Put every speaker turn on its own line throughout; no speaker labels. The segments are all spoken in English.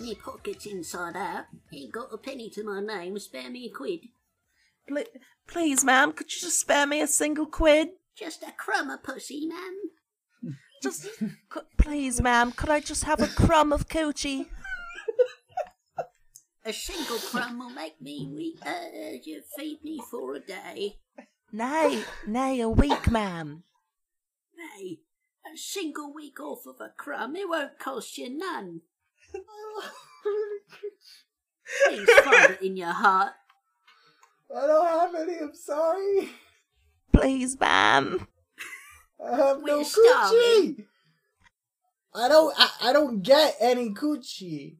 me pockets inside out. Ain't got a penny to my name. Spare me a quid.
Pl- please, ma'am, could you just spare me a single quid?
Just a crumb of pussy, ma'am.
Just, c- please, ma'am, could I just have a crumb of coochie?
A single crumb will make me re- uh, you feed me for a day.
Nay, nay, a week, ma'am.
Nay, a single week off of a crumb, it won't cost you none. Please find it in your heart.
I don't have any. I'm sorry.
Please, ma'am.
I have no
We're
coochie.
starving.
I don't. I, I don't get any coochie.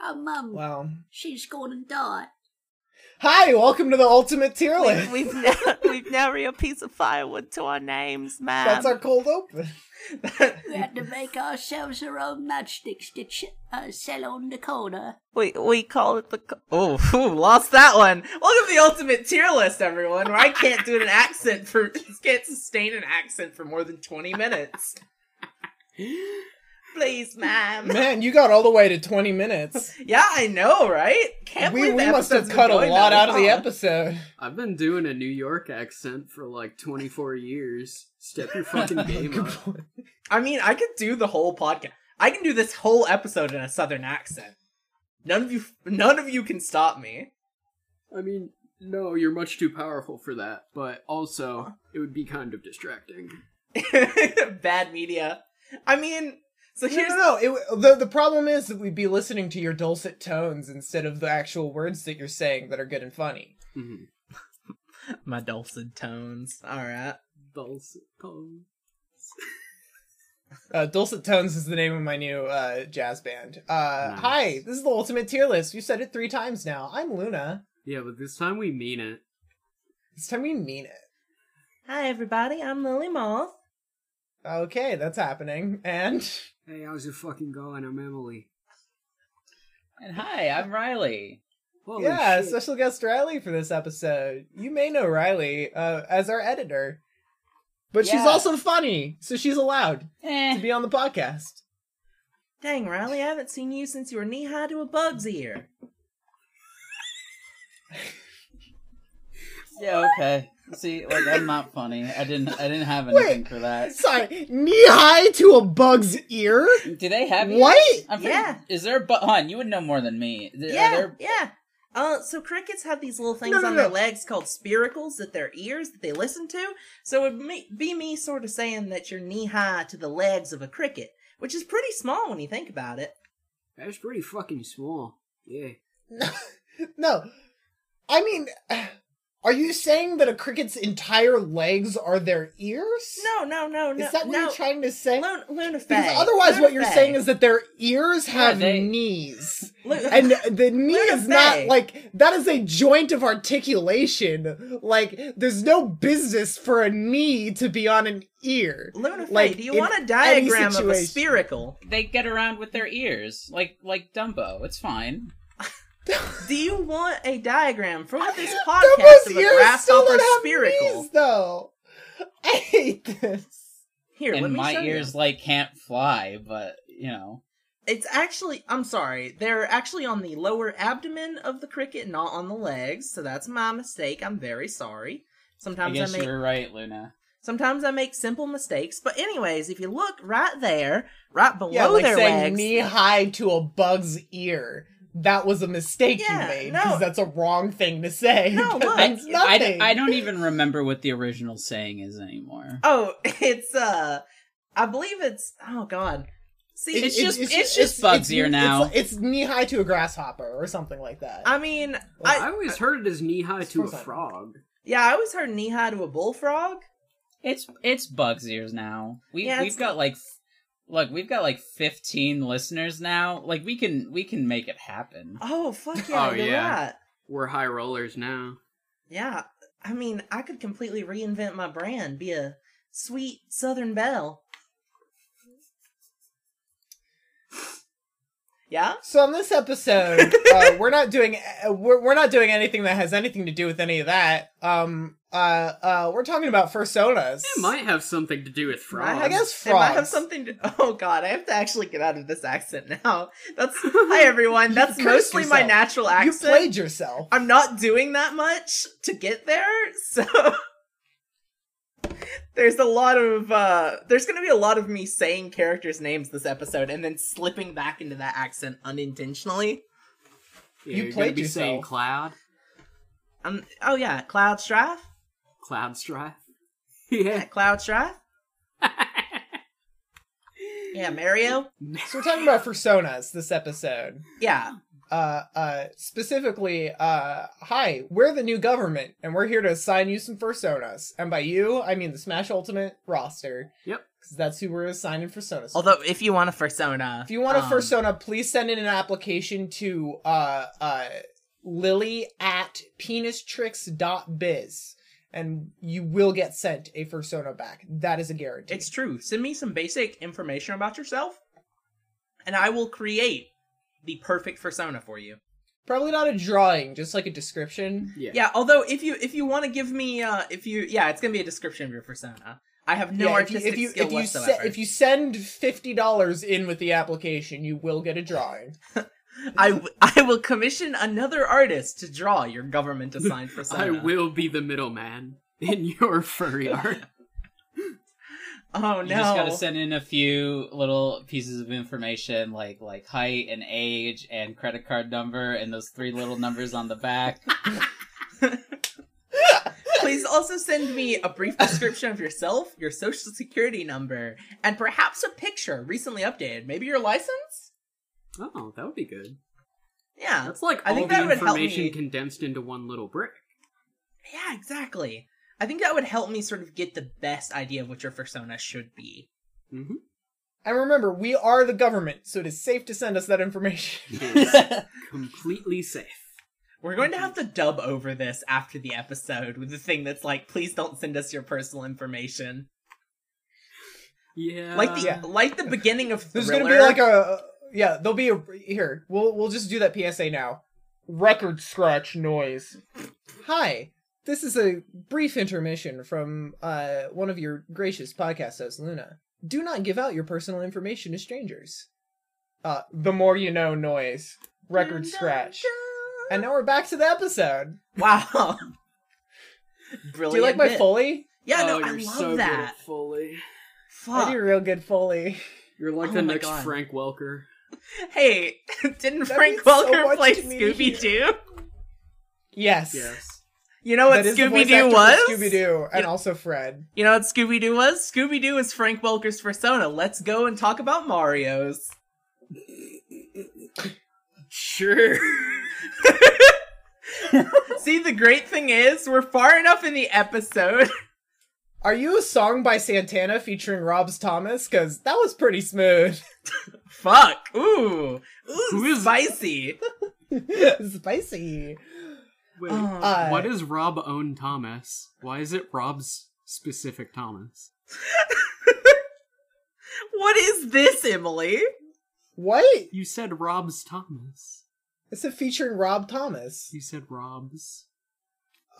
Our mum,
Wow.
she's gone and died.
Hi, welcome to the ultimate tier list.
We've, we've, now, we've now a piece of firewood to our names,
um,
ma'am.
That's our cold open.
We had to make ourselves our own matchsticks to ch- uh, sell on the corner.
We we call it the. co-
Oh, phew, lost that one. Welcome to the ultimate tier list, everyone, where I can't do an accent for can't sustain an accent for more than twenty minutes.
Please, ma'am.
Man, you got all the way to 20 minutes.
Yeah, I know, right? Can't
we
believe the
we must have
episode's
cut
been
a
going
lot
that
out of the
long.
episode.
I've been doing a New York accent for like 24 years. Step your fucking game
Good
up.
point.
I mean, I could do the whole podcast. I can do this whole episode in a southern accent. None of you, none of you can stop me.
I mean, no, you're much too powerful for that, but also, it would be kind of distracting.
Bad media. I mean, so
No,
here's
no, no. It, w- the, the problem is that we'd be listening to your dulcet tones instead of the actual words that you're saying that are good and funny.
Mm-hmm.
my dulcet tones. All right.
Uh, dulcet tones is the name of my new uh, jazz band. Uh,
Nice.
Hi, this is the ultimate tier list. We've said it three times now. I'm Luna.
Yeah, but this time we mean it.
This time we mean it.
Hi, everybody. I'm Lily Moth.
Okay, that's happening. And
Hey, how's it fucking going? I'm Emily.
And hi, I'm Riley.
Holy
yeah,
shit.
special guest Riley for this episode. You may know Riley uh, as our editor, but she's
Yeah.
also funny, so she's allowed to
Eh,
be on the podcast.
Dang, Riley, I haven't seen you since you were knee high to a bug's ear.
yeah, okay. See, like I'm not funny. I didn't. I didn't have anything for that.
Sorry, knee high to a bug's ear.
Do they have ears?
What?
I'm
Yeah.
Is there a bu- hon? You would know more than me. Th- are
yeah,
there-
yeah. Uh, so crickets have these little things
No, no,
on
no.
their legs called spiracles that their ears that they listen to. So it would me- be me sort of saying that you're knee high to the legs of a cricket, which is pretty small when you think about it.
That's pretty fucking small. Yeah.
No, I mean, are you saying that a cricket's entire legs are their ears?
No, no, no, no.
is that what
no.
you're trying to say?
Luna, Luna
because
Faye.
otherwise,
Luna
what you're
Faye.
saying is that their ears have
they-
knees.
Lu-
and the knee
Luna
is not
Faye.
like that is a joint of articulation like there's no business for a knee to be on an ear
Luna Faye,
like,
do you
in
want a
any
diagram of a
situation.
spherical?
They get around with their ears, like like Dumbo. It's fine.
Do you want a diagram for this
Dumbo's
podcast of a
ears still
grasshopper
don't have
spherical?
knees, though i hate this
Here, let
and
me
my
show you.
ears like can't fly, but you know.
It's actually, I'm sorry, they're actually on the lower abdomen of the cricket, not on the legs. So that's my mistake. I'm very sorry.
I
Sometimes I,
guess
make
you were right, Luna.
sometimes I make simple mistakes. But anyways, if you look right there, right below
yeah like
their
saying
legs,
knee high to a bug's ear that was a mistake
Yeah,
you made
no.
because that's a wrong thing to say
No,
That
look,
I,
means
I-
nothing.
I don't even remember what the original saying is anymore.
oh, it's uh, I believe it's oh god, see,
It's just- it's just Bug's ear now.
It's, it's knee high to a grasshopper or something like that.
I mean,
I,
I
always heard it as knee high to a
Frozen.
frog.
yeah, I always heard knee high to a bullfrog.
It's it's Bugs ears now. We
Yeah, it's-
we've got like f- look, we've got like 15 listeners now. Like we can we can make it happen.
Oh fuck yeah,
Oh,
you're
yeah.
right.
We're high rollers now.
Yeah, I mean, I could completely reinvent my brand, be a sweet Southern belle. Yeah?
So on this episode, uh, we're not doing uh, we're, we're not doing anything that has anything to do with any of that. Um, uh, uh, we're talking about personas.
It might have something to do with frogs.
I guess
It might
frogs.
have something to. Oh God, I have to actually get out of this accent now. That's hi everyone. That's
cursed
mostly my
yourself.
natural
you
accent.
played yourself.
I'm not doing that much to get there, so there's a lot of uh there's going to be a lot of me saying characters' names this episode and then slipping back into that accent unintentionally.
Yeah,
You
you're gonna
played
be saying
yourself.
cloud,
Um. Oh yeah, Cloud Strife.
cloud strife. yeah.
Cloud Strife. Yeah, Mario.
So we're talking about personas this episode.
Yeah.
Uh, uh, specifically, uh, hi, we're the new government, and we're here to assign you some personas. And by you, I mean the Smash Ultimate roster.
Yep.
Because that's who we're assigning personas. to.
Although, if you want a persona,
If you want a
um,
persona, please send in an application to uh, uh, lily at penistricks.biz and you will get sent a persona back. That is a guarantee.
It's true. Send me some basic information about yourself, and I will create the perfect persona for you.
Probably not a drawing, just like a description.
Yeah.
Yeah. Although, if you if you want to give me, uh, if you yeah, it's gonna be a description of your persona. I have no
Yeah, if you
artistic
if you
skill
if you, se-
whatsoever.
if you send fifty dollars in with the application, you will get a drawing.
I, w- I will commission another artist to draw your government assigned persona.
I will be the middleman in your furry art.
Oh no!
You just gotta send in a few little pieces of information, like like height and age and credit card number and those three little numbers on the back.
Please also send me a brief description of yourself, your social security number, and perhaps a picture recently updated. Maybe your license.
Oh, that would be good.
Yeah.
That's like
I
all
think
the
that would help
information
me.
condensed into one little brick.
Yeah, exactly. I think that would help me sort of get the best idea of what your persona should be.
Mm-hmm.
And remember, we are the government, so it is safe to send us that information.
completely safe.
We're going to have to dub over this after the episode with the thing that's like, please don't send us your personal information.
Yeah.
like the
yeah.
like the beginning of Thriller.
There's Uh, gonna be like a yeah. There'll be a here. We'll we'll just do that PSA now. Record scratch noise. Hi, this is a brief intermission from uh, one of your gracious podcast hosts, Luna. Do not give out your personal information to strangers. Uh, the more you know noise. Record scratch. And now we're back to the episode.
Wow. Brilliant.
Do you like my
bit.
foley?
Yeah,
oh,
no, I
you're
love
so good
that.
at Foley.
I do
Fuck.
real good foley.
You're like
Oh
the
my
next
God.
Frank Welker.
Hey, didn't
That means
Frank
so
Welker
much
play
to me to
Scooby Doo?
Yes.
Yes.
You know what Scooby Doo was?
Scooby Doo, and
Yeah.
also Fred.
You know what Scooby Doo was? Scooby Doo is Frank Welker's persona. Let's go and talk about Mario's.
Sure.
See, the great thing is, we're far enough in the episode.
Are you a song by Santana featuring Rob's Thomas? Because that was pretty smooth.
Fuck. Ooh. Ooh,
Who is-
spicy.
Spicy.
Wait,
Oh.
Uh,
what is Rob own Thomas? Why is it Rob's specific Thomas?
What is this, Emily?
What?
You said Rob's Thomas.
It's a featuring Rob Thomas.
You said Rob's.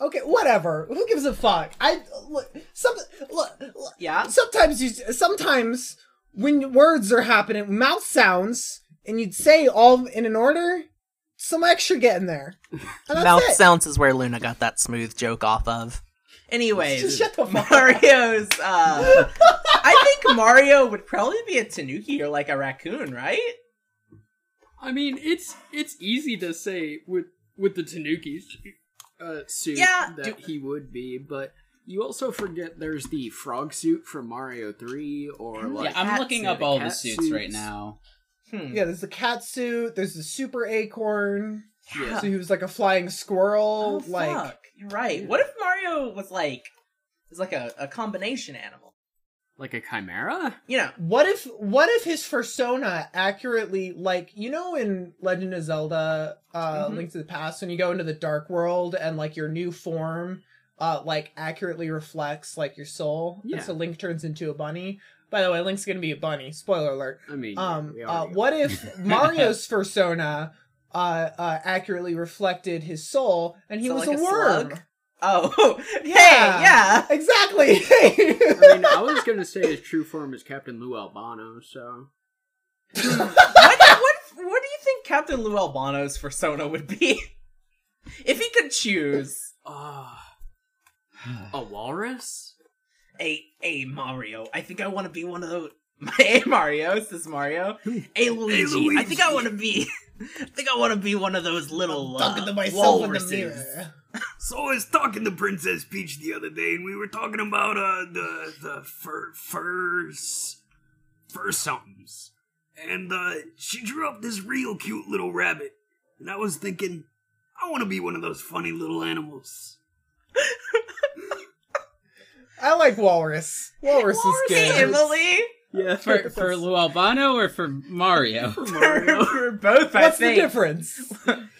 Okay, whatever. Who gives a fuck? I look, some look, look,
Yeah.
sometimes you sometimes when words are happening, mouth sounds, and you'd say all in an order, some extra get in there. And that's it.
sounds is where Luna got that smooth joke off of.
Just
Anyways,
shut the fuck up.
Mario's. Uh, I think Mario would probably be a tanuki or like a raccoon, right?
I mean, it's it's easy to say with with the Tanuki uh, suit
Yeah,
that he would be, but you also forget there's the frog suit from Mario Three,
Hmm.
or
yeah,
like
I'm
cat
looking
suit,
up
the
all the
cat
suits, right
suits.
now.
Hmm.
Yeah, there's the cat suit, there's the super acorn.
Yeah.
So he was like a flying squirrel,
Oh,
like
fuck. You're right. What if Mario was like was like a, a combination animal?
like a chimera.
You know.
What if what if his persona accurately like you know in Legend of Zelda uh
Mhm.
Link to the Past when you go into the dark world and like your new form uh like accurately reflects like your soul
Yeah.
and so Link turns into a bunny By the way, Link's gonna be a bunny. Spoiler alert.
I mean,
Um,
we
uh,
already
what if Mario's persona uh, uh, accurately reflected his soul, and he
So
was
like
a,
a
worm?
slug? Oh, hey,
Yeah.
yeah.
Exactly. Hey.
I mean, I was gonna say his true form is Captain Lou Albano. So
what, what, what do you think Captain Lou Albano's persona would be? if he could choose
uh, a walrus.
a a Mario, I think I want to be one of those. A Mario, this is Mario. A Luigi. I think I want to be. I think I want to be one of those little uh, walruses.
So I was talking to Princess Peach the other day, and we were talking about uh the the fur furs fur somethings, and uh, she drew up this real cute little rabbit, and I was thinking, I want to be one of those funny little animals.
I like walrus. Walrus,
Walrus
is good.
Emily.
Yeah,
For for Lou Albano or for Mario?
For, for both, I
What's the
think.
difference?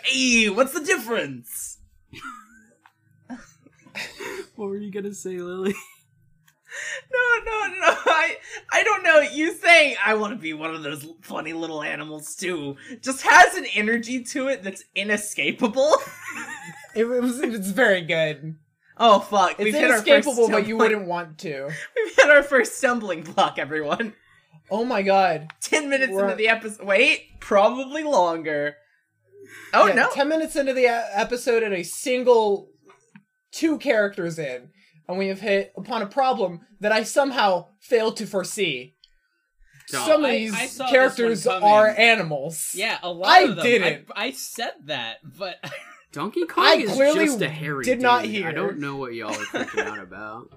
Hey, what's the difference?
What were you gonna say, Lily?
No, no, no. I I don't know. You saying I want to be one of those l- funny little animals too just has an energy to it that's inescapable.
It was. It's very good.
Oh fuck,
It's
we've hit our first
inescapable, but you
stumbling-
wouldn't want to.
We've hit our first stumbling block, everyone.
Oh my god.
Ten minutes
We're-
into the episode. Wait, probably longer. Oh
Yeah,
no.
Ten minutes into the uh, episode, and a single two characters in, and we have hit upon a problem that I somehow failed to foresee.
Don't.
Some of
I-
these
I saw this one
characters
coming.
are animals.
Yeah, a lot
I
of them.
didn't.
I, I said that, but
Donkey Kong
I
is
clearly
just a hairy
did not
dude.
hear.
I don't know what y'all are freaking out about.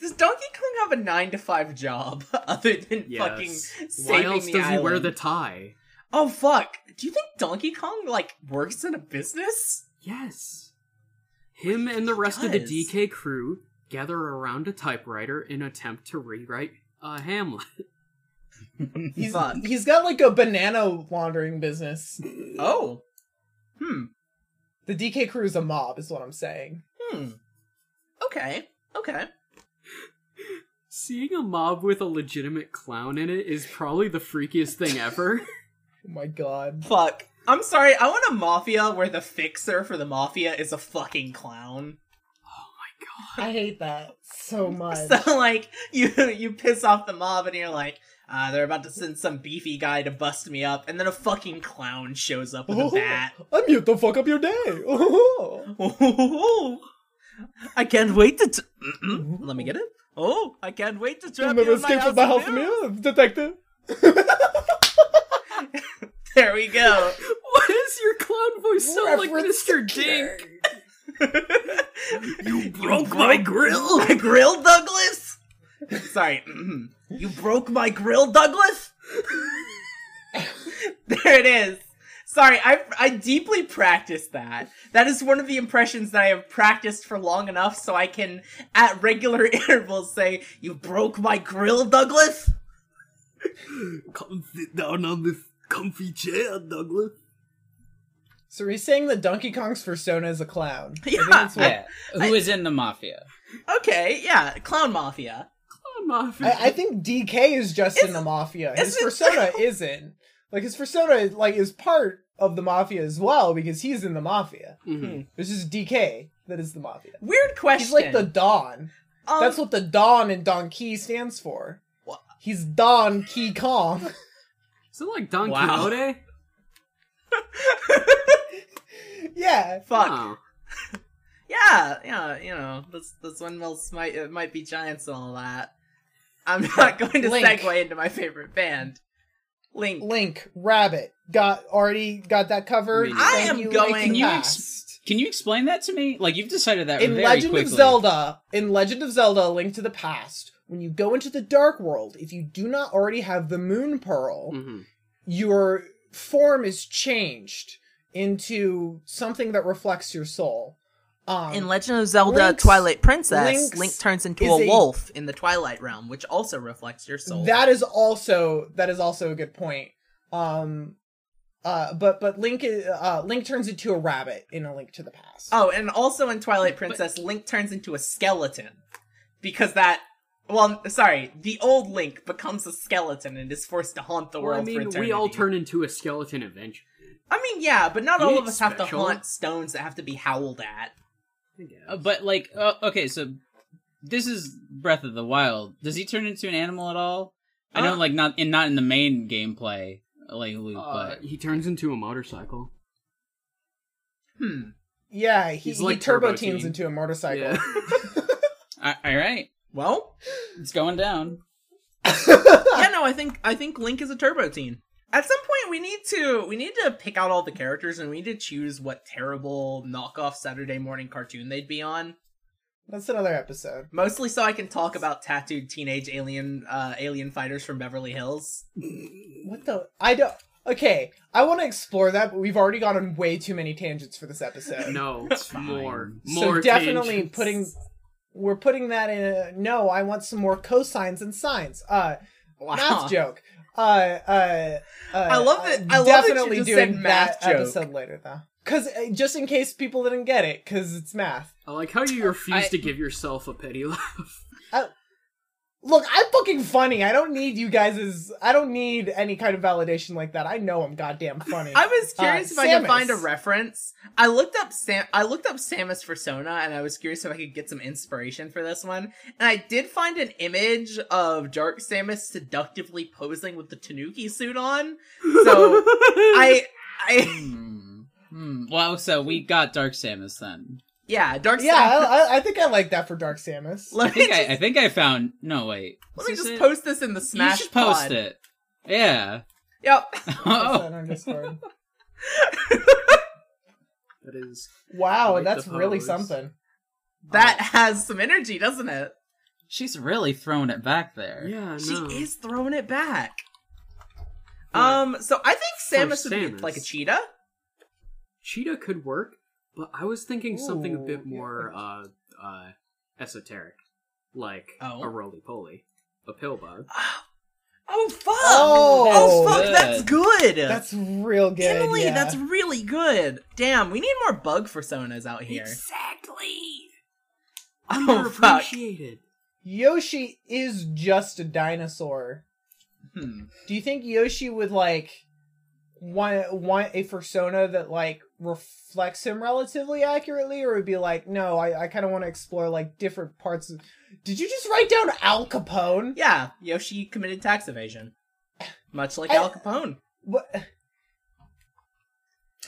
Does Donkey Kong have a nine to five job other than
Yes.
fucking
Why
saving
else
the
does he wear
island?
the tie?
Oh fuck! Do you think Donkey Kong like works in a business?
Yes. Him and the rest of the
does.
DK crew gather around a typewriter in attempt to rewrite uh, Hamlet.
He's
Fuck.
he's got like a banana laundering business.
Oh. Hmm.
The DK crew is a mob, is what I'm saying.
Hmm. Okay. Okay.
Seeing a mob with a legitimate clown in it is probably the freakiest thing ever.
Oh my god.
Fuck. I'm sorry. I want a mafia where the fixer for the mafia is a fucking clown.
I hate that so much.
So like you you piss off the mob and you're like, ah, they're about to send some beefy guy to bust me up, and then a fucking clown shows up with a
Oh,
bat.
I'm here to fuck up your day. Oh.
I can't wait to. T- Let me get it. Oh, I can't wait to trap
You
you
never
in my
escaped
house.
from my house
of mirrors.
mirror, detective.
There we go.
what is your clown voice sound like, Mr. Dink?
You broke my grill.
my grill, Douglas? Sorry. mm-hmm. you broke my grill, Douglas? there it is. Sorry, I, I deeply practiced that. That is one of the impressions that I have practiced for long enough so I can, at regular intervals, say, You broke my grill, Douglas?
Come sit down on this comfy chair, Douglas.
So are you saying that Donkey Kong's persona is a clown? I think
Yeah.
that's what-
yeah. Who is in the mafia?
Okay, yeah, Clown Mafia.
Clown mafia.
I, I think DK is just in
It's-
the mafia.
it's
His
a-
persona isn't. Like his persona, like is part of the mafia as well because he's in the mafia.
Mhm.
It's just DK that is the mafia.
Weird question.
He's like the Don.
Um,
That's what the Don in Don Key stands for.
Wha-
He's Don Key Kong.
Is it like Don
Wow.
Quixote?
yeah.
Fuck.
Oh.
Yeah, yeah, you know, this this one will might it might be giants and all that. I'm not going to
Link.
segue into my favorite band, Link.
Link, Rabbit, got already got that covered.
I mean,
I
Thank
am
you,
going-
Link,
Can
you
pass.
Can you explain that to me? Like you've decided that
in
very
Legend
quickly.
of Zelda, in Legend of Zelda: A Link to the Past, when you go into the Dark World, if you do not already have the Moon Pearl,
Mm-hmm.
Mhm.
your form is changed into something that reflects your soul. Um,
In Legend of Zelda:
Link's-
Twilight Princess,
Link's
Link turns into
is
a
a-
wolf in the Twilight Realm, which also reflects your soul.
That is also that is also a good point. Um, uh, but but Link is, uh, Link turns into a rabbit in A Link to the Past.
oh, and also in Twilight Princess, Link turns into a skeleton because that Well, sorry, the old Link becomes a skeleton and is forced to haunt the
Well, I
world for
mean,
eternity.
we all turn into a skeleton eventually.
I mean, yeah, but not
You
all
ain't
of us have to
special.
haunt stones that have to be howled at.
I guess.
Uh, but like, uh, okay, so this is Breath of the Wild. Does he turn into an animal at all? I know,
Uh,
like, not in not in the main gameplay, like Luke,
Uh,
but
he turns into a motorcycle.
Hmm.
Yeah, he,
He's
he
like
turbo
Turbo
teams
Team.
into a motorcycle.
Yeah.
A- all right,
Well,
it's going down.
yeah, no, I think I think Link is a turbo teen. At some point, we need to we need to pick out all the characters and we need to choose what terrible knockoff Saturday morning cartoon they'd be on.
That's another episode.
Mostly so I can talk about tattooed teenage alien uh, alien fighters from Beverly Hills.
What the? I don't. Okay, I want to explore that, but we've already gone on way too many tangents for this episode.
No, more,
fine.
more.
so definitely
tangents.
putting. We're putting that in. A, no, I want some more cosines and sines. Uh,
Wow.
math joke. Uh, uh, uh,
I love that-
I'm
I love that you
definitely
just
doing
said math
that
joke.
episode later though, because just in case people didn't get it, because it's math.
I like how you refuse
I-
to give yourself a petty laugh.
Look, I'm fucking funny. I don't need you guys' I don't need any kind of validation like that. I know I'm goddamn funny.
I was curious
Uh,
if I could
Samus.
find a reference. I looked up Sam. I looked up Samus persona, and I was curious if I could get some inspiration for this one. And I did find an image of Dark Samus seductively posing with the Tanuki suit on. So I, I,
Hmm. Hmm. Well, so we got Dark Samus then.
yeah, Dark.
yeah,
Samus.
I, I- I think I like that for Dark Samus.
I
let me
think
just,
I, I think I found. No, wait.
let me
Is this
just
it?
post this in the Smash.
you should post
pod.
it. Yeah.
Yep.
Post
oh,
that on Discord.
that is
Wow,
Like
that's
the
really
pose.
something.
That has some energy, doesn't it?
she's really throwing it back there.
yeah.
She
no.
is throwing it back.
What?
Um. So I think Samus would be
Samus.
like a cheetah.
Cheetah could work, but I was thinking something a
Ooh,
bit
yeah.
more uh uh esoteric, like
Oh.
a roly poly, a pillbug.
Oh fuck!
Oh,
Oh, fuck! That's good.
That's real good.
Emily.
yeah.
That's really good. Damn, we need more bug personas out here.
Exactly.
Oh fuck!
Underappreciated.
Yoshi is just a dinosaur.
Hmm.
Do you think Yoshi would like want want a persona that like reflects him relatively accurately, or would be like, no, I, I kind of want to explore like different parts. Of... Did you just write down Al Capone?
Yeah, Yoshi committed tax evasion, much like
I-
Al Capone.
What?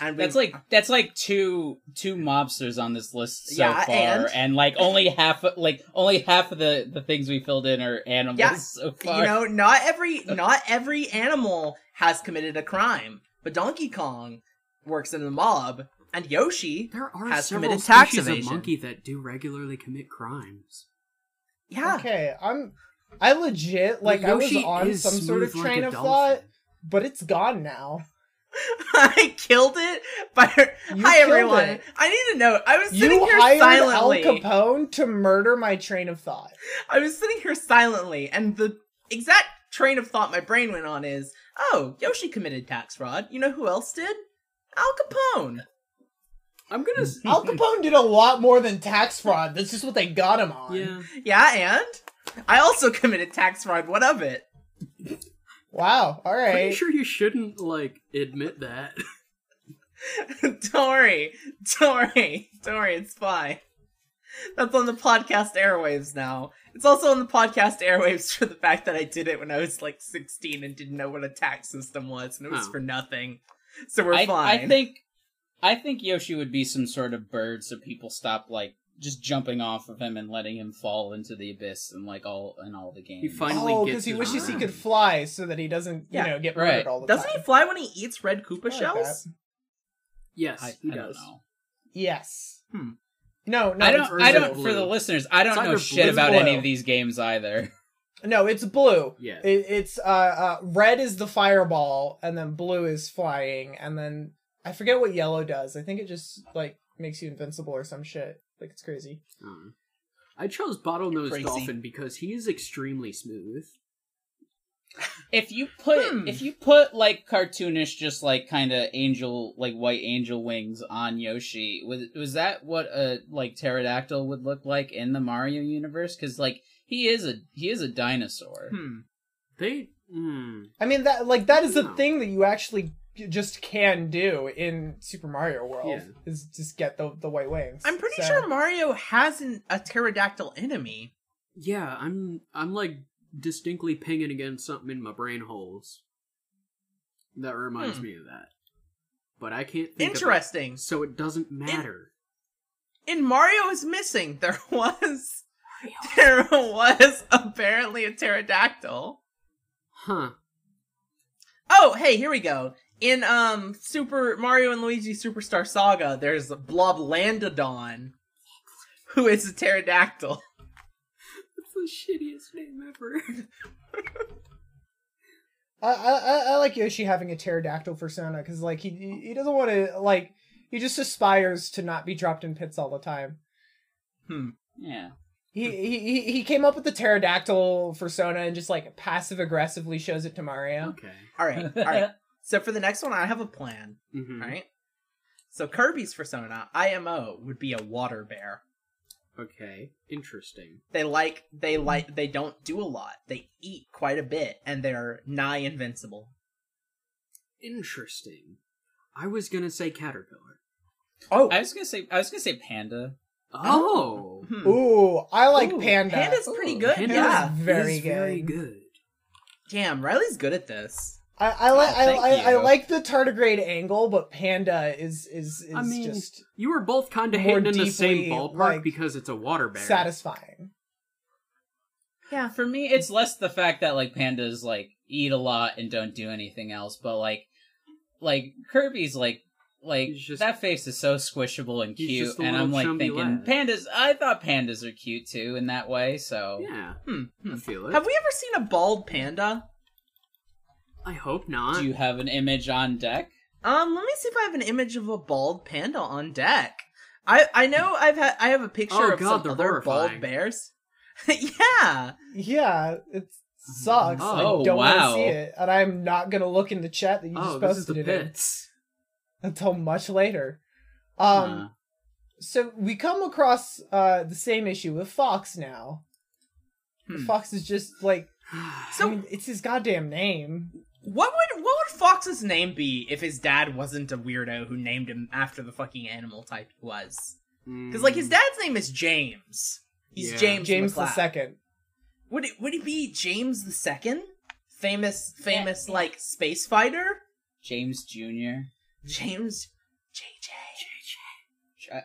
And we-
That's like that's like two two mobsters on this list so
Yeah,
far,
and-
and? like only half like only half of the the things we filled in are animals
Yeah,
so far.
you know, not every not every animal has committed a crime, but Donkey Kong works in the mob, and Yoshi.
There are
Has
several
committed tax
species
evasion.
of monkey that do regularly commit crimes.
Yeah,
Okay, I'm. I legit like I was
Yoshi
on
is
some sort of
smooth like
train
a
of
dolphin.
thought, but it's gone now.
I killed it. But
You
hi
killed
everyone,
it.
I need to know. I was sitting
You
here
hired
silently.
Al Capone to murder my train of thought.
I was sitting here silently, and the exact train of thought my brain went on is, oh, Yoshi committed tax fraud. You know who else did? Al Capone.
I'm gonna. s-
Al Capone did a lot more than tax fraud. That's just what they got him on.
yeah.
Yeah, and I also committed tax fraud. What of it?
Wow. All
Pretty
right.
sure you shouldn't like admit that.
don't worry, don't worry, don't worry. It's fine. That's on the podcast airwaves now. It's also on the podcast airwaves for the fact that I did it when I was like 16 and didn't know what a tax system was, and it was
Oh.
for nothing. So we're
I,
fine.
I think I think Yoshi would be some sort of bird, so people stop like just jumping off of him and letting him fall into the abyss and like all in all the games.
You find- finally
Oh,
gets
because he
his
wishes he
revenge.
could fly so that he doesn't,
Yeah,
you know, get
right.
murdered all the
Doesn't
time.
he fly when he eats red Koopa
I like
shells?
Yes,
I, I
he
don't
does.
know.
Yes.
Hmm.
No, no,
I
it's
don't. I
blue.
don't. For the listeners, I don't
It's
know
either
shit
blue
about
or
any
blue.
of these games either.
no, it's blue.
Yeah.
It, it's uh, uh, red is the fireball, and then blue is flying, and then I forget what yellow does. I think it just like makes you invincible or some shit. Like it's crazy.
Uh, I chose bottlenose
Crazy.
dolphin because he is extremely smooth.
if you put if you put like cartoonish, just like kind of angel, like white angel wings on Yoshi, was was that what a like pterodactyl would look like in the Mario universe? Because like he is a he is a dinosaur.
Hmm.
They. Mm,
I mean that like that is the
No.
thing that you actually just can do in Super Mario World
Yeah.
is just get the the white wings.
I'm pretty
So-
sure Mario has an, a pterodactyl enemy.
yeah, I'm. I'm like distinctly pinging against something in my brain holes. That reminds
Hmm.
me of that, but I can't think. Of
Interesting.
it, so it doesn't matter.
In Mario is missing, there was there was apparently a pterodactyl.
huh?
Oh, hey, here we go. In um Super Mario and Luigi Superstar Saga, there's Bloblandodon, who is a pterodactyl.
That's the shittiest name ever.
I, I I- I like Yoshi having a pterodactyl persona because like he he- he doesn't want to like he just aspires to not be dropped in pits all the time.
Yeah.
He he he- he came up with the pterodactyl persona and just like passive aggressively shows it to Mario.
okay.
All right, all right. So for the next one, I have a plan.
Mm-hmm.
All right. So Kirby's persona, IMO, would be a water bear.
Okay. Interesting.
They like they like they don't do a lot. They eat quite a bit, and they're nigh invincible.
Interesting. I was gonna say caterpillar.
Oh,
I was gonna say I was gonna say panda.
Oh,
hmm.
Ooh, I like
Ooh,
Panda.
Panda's pretty good.
Panda's
Yeah,
very
is Very
good.
good.
damn, Riley's good at this.
I I like
Oh,
I,
thank
I, I
you.
like the tardigrade angle, but Panda is is is
I mean,
just
You were both kind of
More
hitting in the same
deeply,
ballpark
like,
because it's a water bear.
satisfying.
Yeah, for me, it's less the fact that like pandas like eat a lot and don't do anything else, but like like Kirby's like like
He's just-
that face is so squishable and
He's
cute,
just a
and
little
I'm like
chummy
thinking
lad.
pandas. I thought pandas are cute too in that way. So
yeah,
Hmm. hmm.
I feel it.
Have we ever seen a bald panda?
I hope not.
do you have an image on deck?
Um, let me see if I have an image of a bald panda on deck. I I know I've had I have a picture
Oh,
of
God,
some
they're
other bald
horrifying.
bears. yeah,
Yeah, it sucks.
Oh,
I don't want
wow.
to see it, and I'm not gonna look in the chat that you just
oh, this is
posted
the
it in
pits.
until much later. Um,
Huh.
so we come across uh the same issue with Fox now.
Hmm.
Fox is just like
So-
I
Hmm.
mean, it's his goddamn name.
what would what would Fox's name be if his dad wasn't a weirdo who named him after the fucking animal type he was? Because like his dad's name is James. He's
Hmm. Yeah.
James
James the
McLeod.
second.
Would it would it be James the second? Famous famous like space fighter?
James Junior,
James JJ.
JJ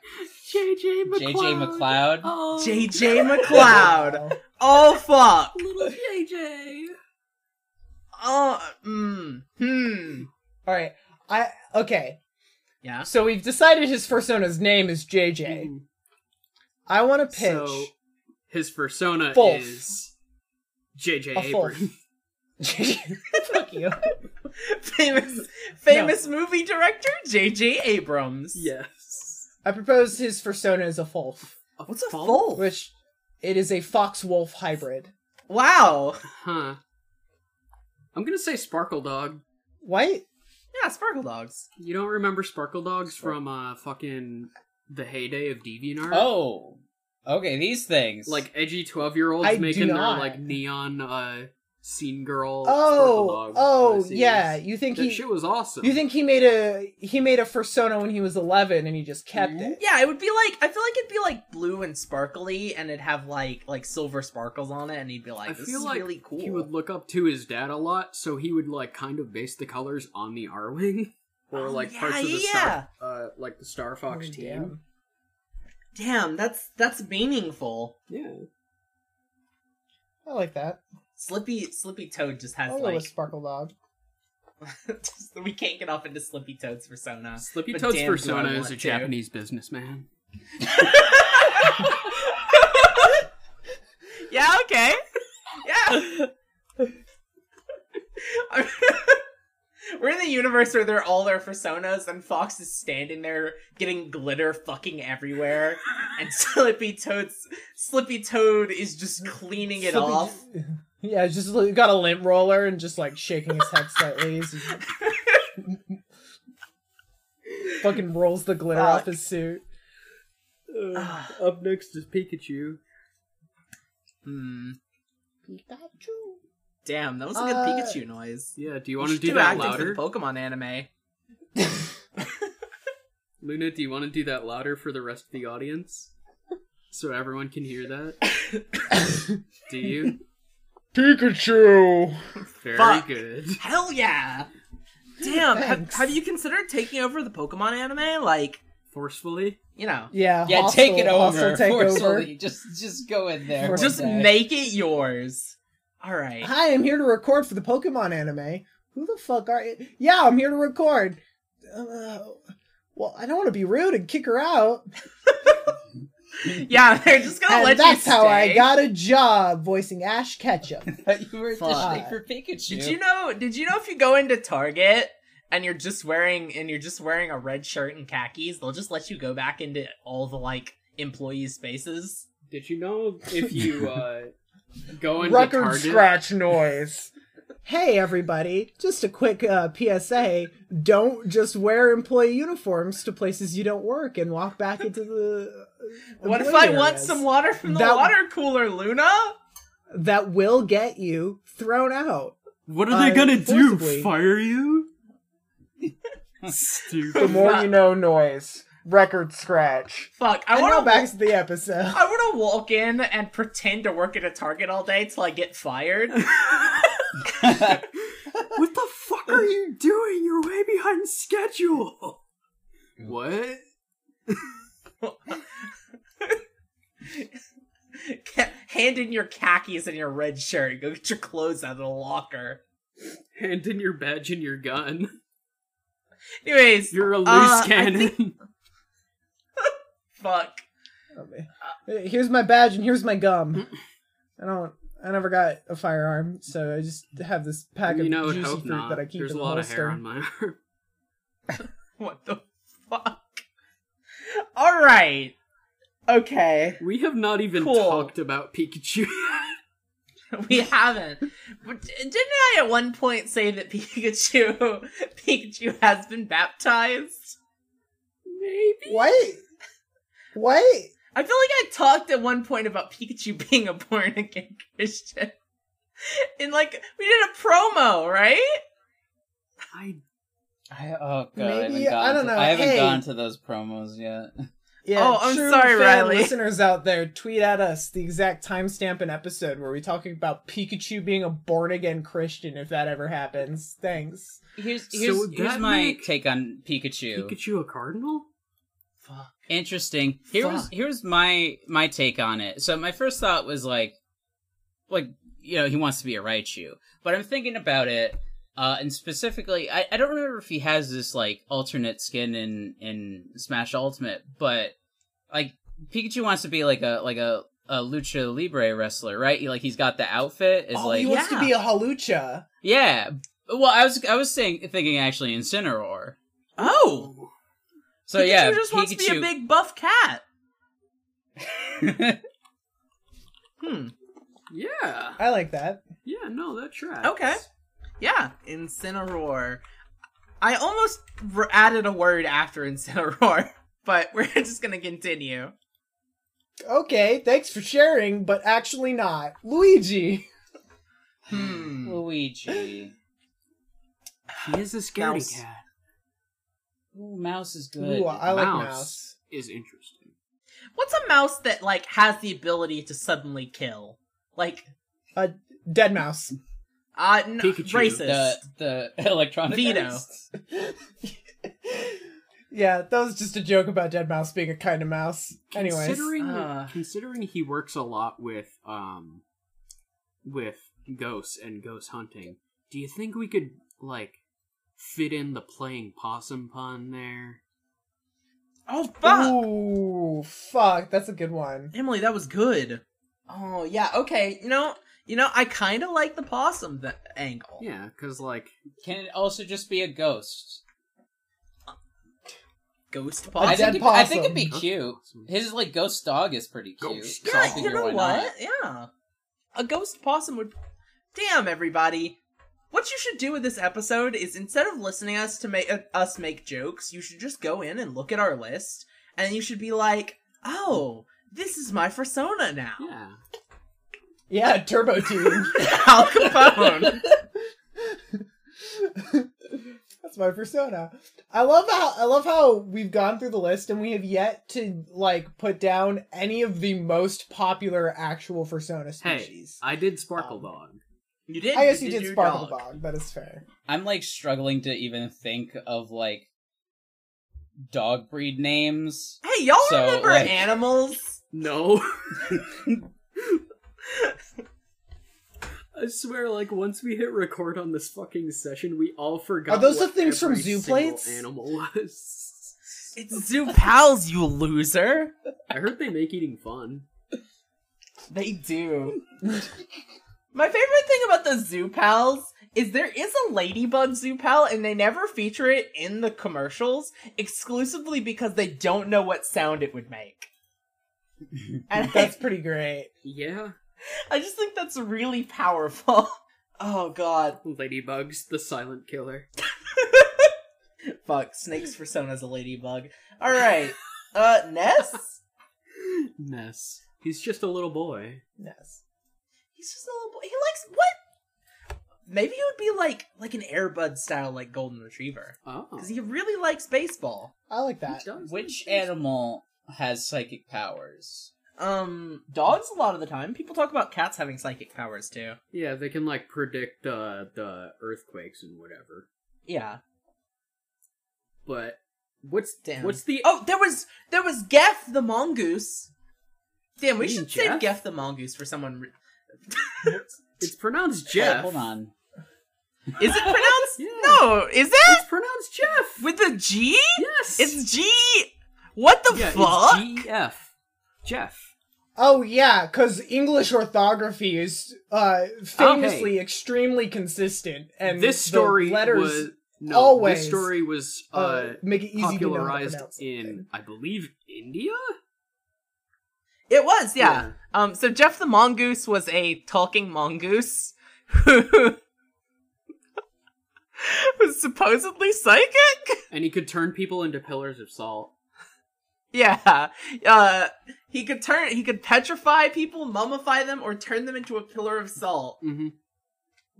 JJ
McCloud.
McLeod.
Oh,
JJ McLeod. Oh fuck.
little JJ.
Oh mm, hmm.
All right. I okay.
Yeah. Hmm.
So we've decided his persona's name is JJ.
Mm,
I want to pitch
So his persona
Fulf.
is JJ
a full.
Abrams.
Fuck you.
Famous famous movie director JJ Abrams.
Yes.
I propose his persona is a Fulf,
What's a foal?
which it is a fox wolf hybrid.
Wow.
Huh. I'm gonna say Sparkle Dog.
What?
Yeah, Sparkle Dogs.
You don't remember Sparkle Dogs from uh fucking the heyday of DeviantArt?
Oh, okay, these things
like edgy twelve year olds
I do
making their
not.
like neon uh scene girl. Sparkle
Oh,
Dog
oh
uh,
yeah.
series.
You think
that
he?
shit was awesome.
You think he made a he made a persona when he was eleven and he just kept it?
Yeah, it would be like I feel like it'd be like blue and sparkly and it'd have like like silver sparkles on it and he'd be like
I
this
feel
is
like
really cool.
he would look up to his dad a lot, so he would like kind of base the colors on the R wing or
Oh,
like
yeah,
parts of the
yeah,
Star, uh, like the Star Fox
Oh,
team.
Damn, that's that's meaningful.
Yeah,
I like that.
Slippy Slippy Toad just
I
Oh,
has
love a
like
sparkle dog.
just- we can't get off into Slippy Toad's persona.
Slippy
Uh, But
Toad's
damn, do I
persona
want
is a
to.
Japanese businessman.
yeah, okay. Yeah. We're in the universe where they're all their personas, and Fox is standing there getting glitter fucking everywhere, and Slippy Toad's Slippy Toad is just cleaning it
Slippy-
off.
Yeah, just li- got a lint roller and just like shaking his head slightly. as he fucking rolls the glitter off his suit.
Uh, up next is Pikachu.
Hmm.
Pikachu.
Damn, that was a good
Uh,
Pikachu noise.
Yeah, do you
You
want to
should
do
do,
that
acting for
louder?
the Pokemon anime.
Luna, do you want to do that louder for the rest of the audience? So everyone can hear that? do you?
Oh.
Pikachu.
Very
Fuck.
good.
Hell yeah! Damn, have,
Thanks.
have you considered taking over the Pokemon anime? Like,
Forcefully?
you know,
Yeah,
Yeah,
hostile-
take it over.
hostile take
forcefully. Just just go in there. one
just
day.
make it yours. All right.
Hi, I'm here to record for the Pokemon anime. Who the fuck are you? Yeah, I'm here to record. Uh, well, I don't want to be rude and kick her out.
Yeah, they're just gonna
And
let you
that's
stay.
how I got a job voicing Ash Ketchum.
But you were auditioning
Fuck.
for Pikachu.
Did you know? Did you know if you go into Target and you're just wearing and you're just wearing a red shirt and khakis, they'll just let you go back into all the like employee spaces.
Did you know if you uh, go into
Record
Target?
scratch noise. Hey everybody, just a quick uh, PSA. Don't just wear employee uniforms to places you don't work and walk back into the. uh,
What if
employee
I want
areas.
some water from the
That-
water cooler, Luna?
That will get you thrown out.
What
are they Uh, gonna do, forcibly.
Fire you?
The
Stupid.
more you know noise. Record scratch.
Fuck, I
I want to
want
back
to.
to the episode.
I want to walk in and pretend to work at a Target all day till I get fired.
What the fuck
are you doing? You're way behind schedule.
What?
Ca- Hand in your khakis and your red shirt. Go get your clothes out of the locker.
Hand in your badge and your gun.
Anyways,
You're a loose
Uh, I
cannon.
fuck.
Hey, Here's my badge and here's my gum. I don't. I never got a firearm, so I just have this pack
you
of
know, I'd
juicy
hope
fruit
not.
that I keep
There's
in
a
the
lot of
holster.
hair on my arm.
What the fuck? All right. Okay.
We have not even
Cool.
talked about Pikachu.
We haven't. But d- didn't I at one point say that Pikachu Pikachu has been baptized? Maybe.
What? What?
I feel like I talked at one point about Pikachu being a born again Christian. And like we did a promo, right?
I
I, oh god, I haven't
Maybe-
gone.
I don't
to,
know,
I haven't
hey.
gone to those promos yet.
Yeah,
Oh, I'm
true
sorry,
fan
Riley.
Listeners out there, tweet at us the exact timestamp and episode where we talking about Pikachu being a born again Christian if that ever happens. Thanks.
Here's
So
here's,
would
here's
that
my
make
take on Pikachu.
Pikachu a cardinal?
Fuck.
Interesting. Here was
Fuck.
here's my my take on it. So my first thought was like, like you know he wants to be a Raichu, but I'm thinking about it, uh, and specifically I, I don't remember if he has this like alternate skin in in Smash Ultimate, but like Pikachu wants to be like a like a, a lucha libre wrestler, right? He, like he's got the outfit is
oh,
like
he wants to
yeah.
be a Halucha.
yeah. Well, I was I was saying thinking actually Incineroar.
Oh.
So
Pikachu
yeah,
just
Pikachu.
wants to be a big buff cat. Hmm.
Yeah.
I like that.
Yeah, no, that tracks.
Okay. Yeah, Incineroar. I almost r- added a word after Incineroar, but we're just gonna continue.
Okay, thanks for sharing, but actually not. Luigi.
Hmm.
Luigi.
He is a scaredy
Mouse.
cat.
Ooh, Mouse is good.
Ooh, I like
Mouse.
mouse.
Is interesting.
What's a mouse that like has the ability to suddenly kill? Like,
Dead mouse.
uh, n-
Pikachu.
racist.
the the electronic
Vito.
artist.
yeah, that was just a joke about dead mouse being a kind of mouse. Anyways.
considering
uh.
considering he works a lot with um with ghosts and ghost hunting, do you think we could like fit in the playing possum pun there?
Oh fuck,
Ooh, fuck. That's a good one.
Emily, that was good. Oh yeah, okay. You know, you know, I kind of like the possum th- angle.
Yeah, because like
Can it also just be a ghost?
Ghost
A
possum.
I
dead
think, it, I think
possum.
it'd be
Ghost
cute.
possum.
His like ghost dog is pretty cute.
Ghost
so I
yeah, you
figure
know
why
what?
not.
Yeah, a ghost possum would Damn, everybody. What you should do with this episode is instead of listening us to make uh, us make jokes, you should just go in and look at our list, and you should be like, "Oh, this is my persona now."
Yeah.
Yeah, Turbo Tune.
Al Capone.
That's my persona. I love how I love how we've gone through the list and we have yet to like put down any of the most popular actual persona
Hey.
species.
I did Sparkle
Um,
Dog.
you did.
I guess you
did
did
your
Sparkle
dog.
Bog, that is fair.
I'm like struggling to even think of like dog breed names.
Hey, y'all
So,
remember
like-
animals?
No. I swear, like once we hit record on this fucking session, we all forgot.
Are those the
what
things from
every
Zoo
single
Plates?
Animal was.
It's zoo pals, you loser.
I heard they make eating fun.
They do. My favorite thing about the zoo pals is there is a ladybug zoo pal, and they never feature it in the commercials exclusively because they don't know what sound it would make. and I,
That's pretty great.
Yeah,
I just think that's really powerful. Oh god.
ladybugs, the silent killer.
Fuck, Snake's persona is a ladybug. Alright. Uh, Ness?
Ness. He's just a little boy.
Ness. He's just a little boy. He likes what? Maybe he would be like like an airbud style like golden retriever.
Oh,
Because he really likes baseball.
I like
He
that.
does
Which
like things.
animal has psychic powers?
Um, dogs a lot of the time. People talk about cats having psychic powers too.
Yeah, they can like predict uh, the earthquakes and whatever.
Yeah.
But what's
Damn.
what's the
Oh, there was there was Geff the mongoose. Damn, we
You mean
should save
Jeff?
Geff the mongoose for someone. Re-
It's pronounced
Wait,
Jeff.
hold on.
is it pronounced?
Yeah.
No, is it
It's pronounced Jeff.
with a G?
yes.
It's G. What the
yeah,
fuck?
It's G-E-F. Jeff.
Oh yeah, because English orthography is uh, famously extremely consistent, and
this
the
story
letters
was no.
always,
this story was uh,
uh, make it easy to know how to
popularized
pronounce
in,
something.
I believe, India.
It was, yeah. Um, so Jeff the mongoose was a talking mongoose who was supposedly psychic.
and he could turn people into pillars of salt.
Yeah. Uh he could turn he could petrify people, mummify them, or turn them into a pillar of salt.
hmm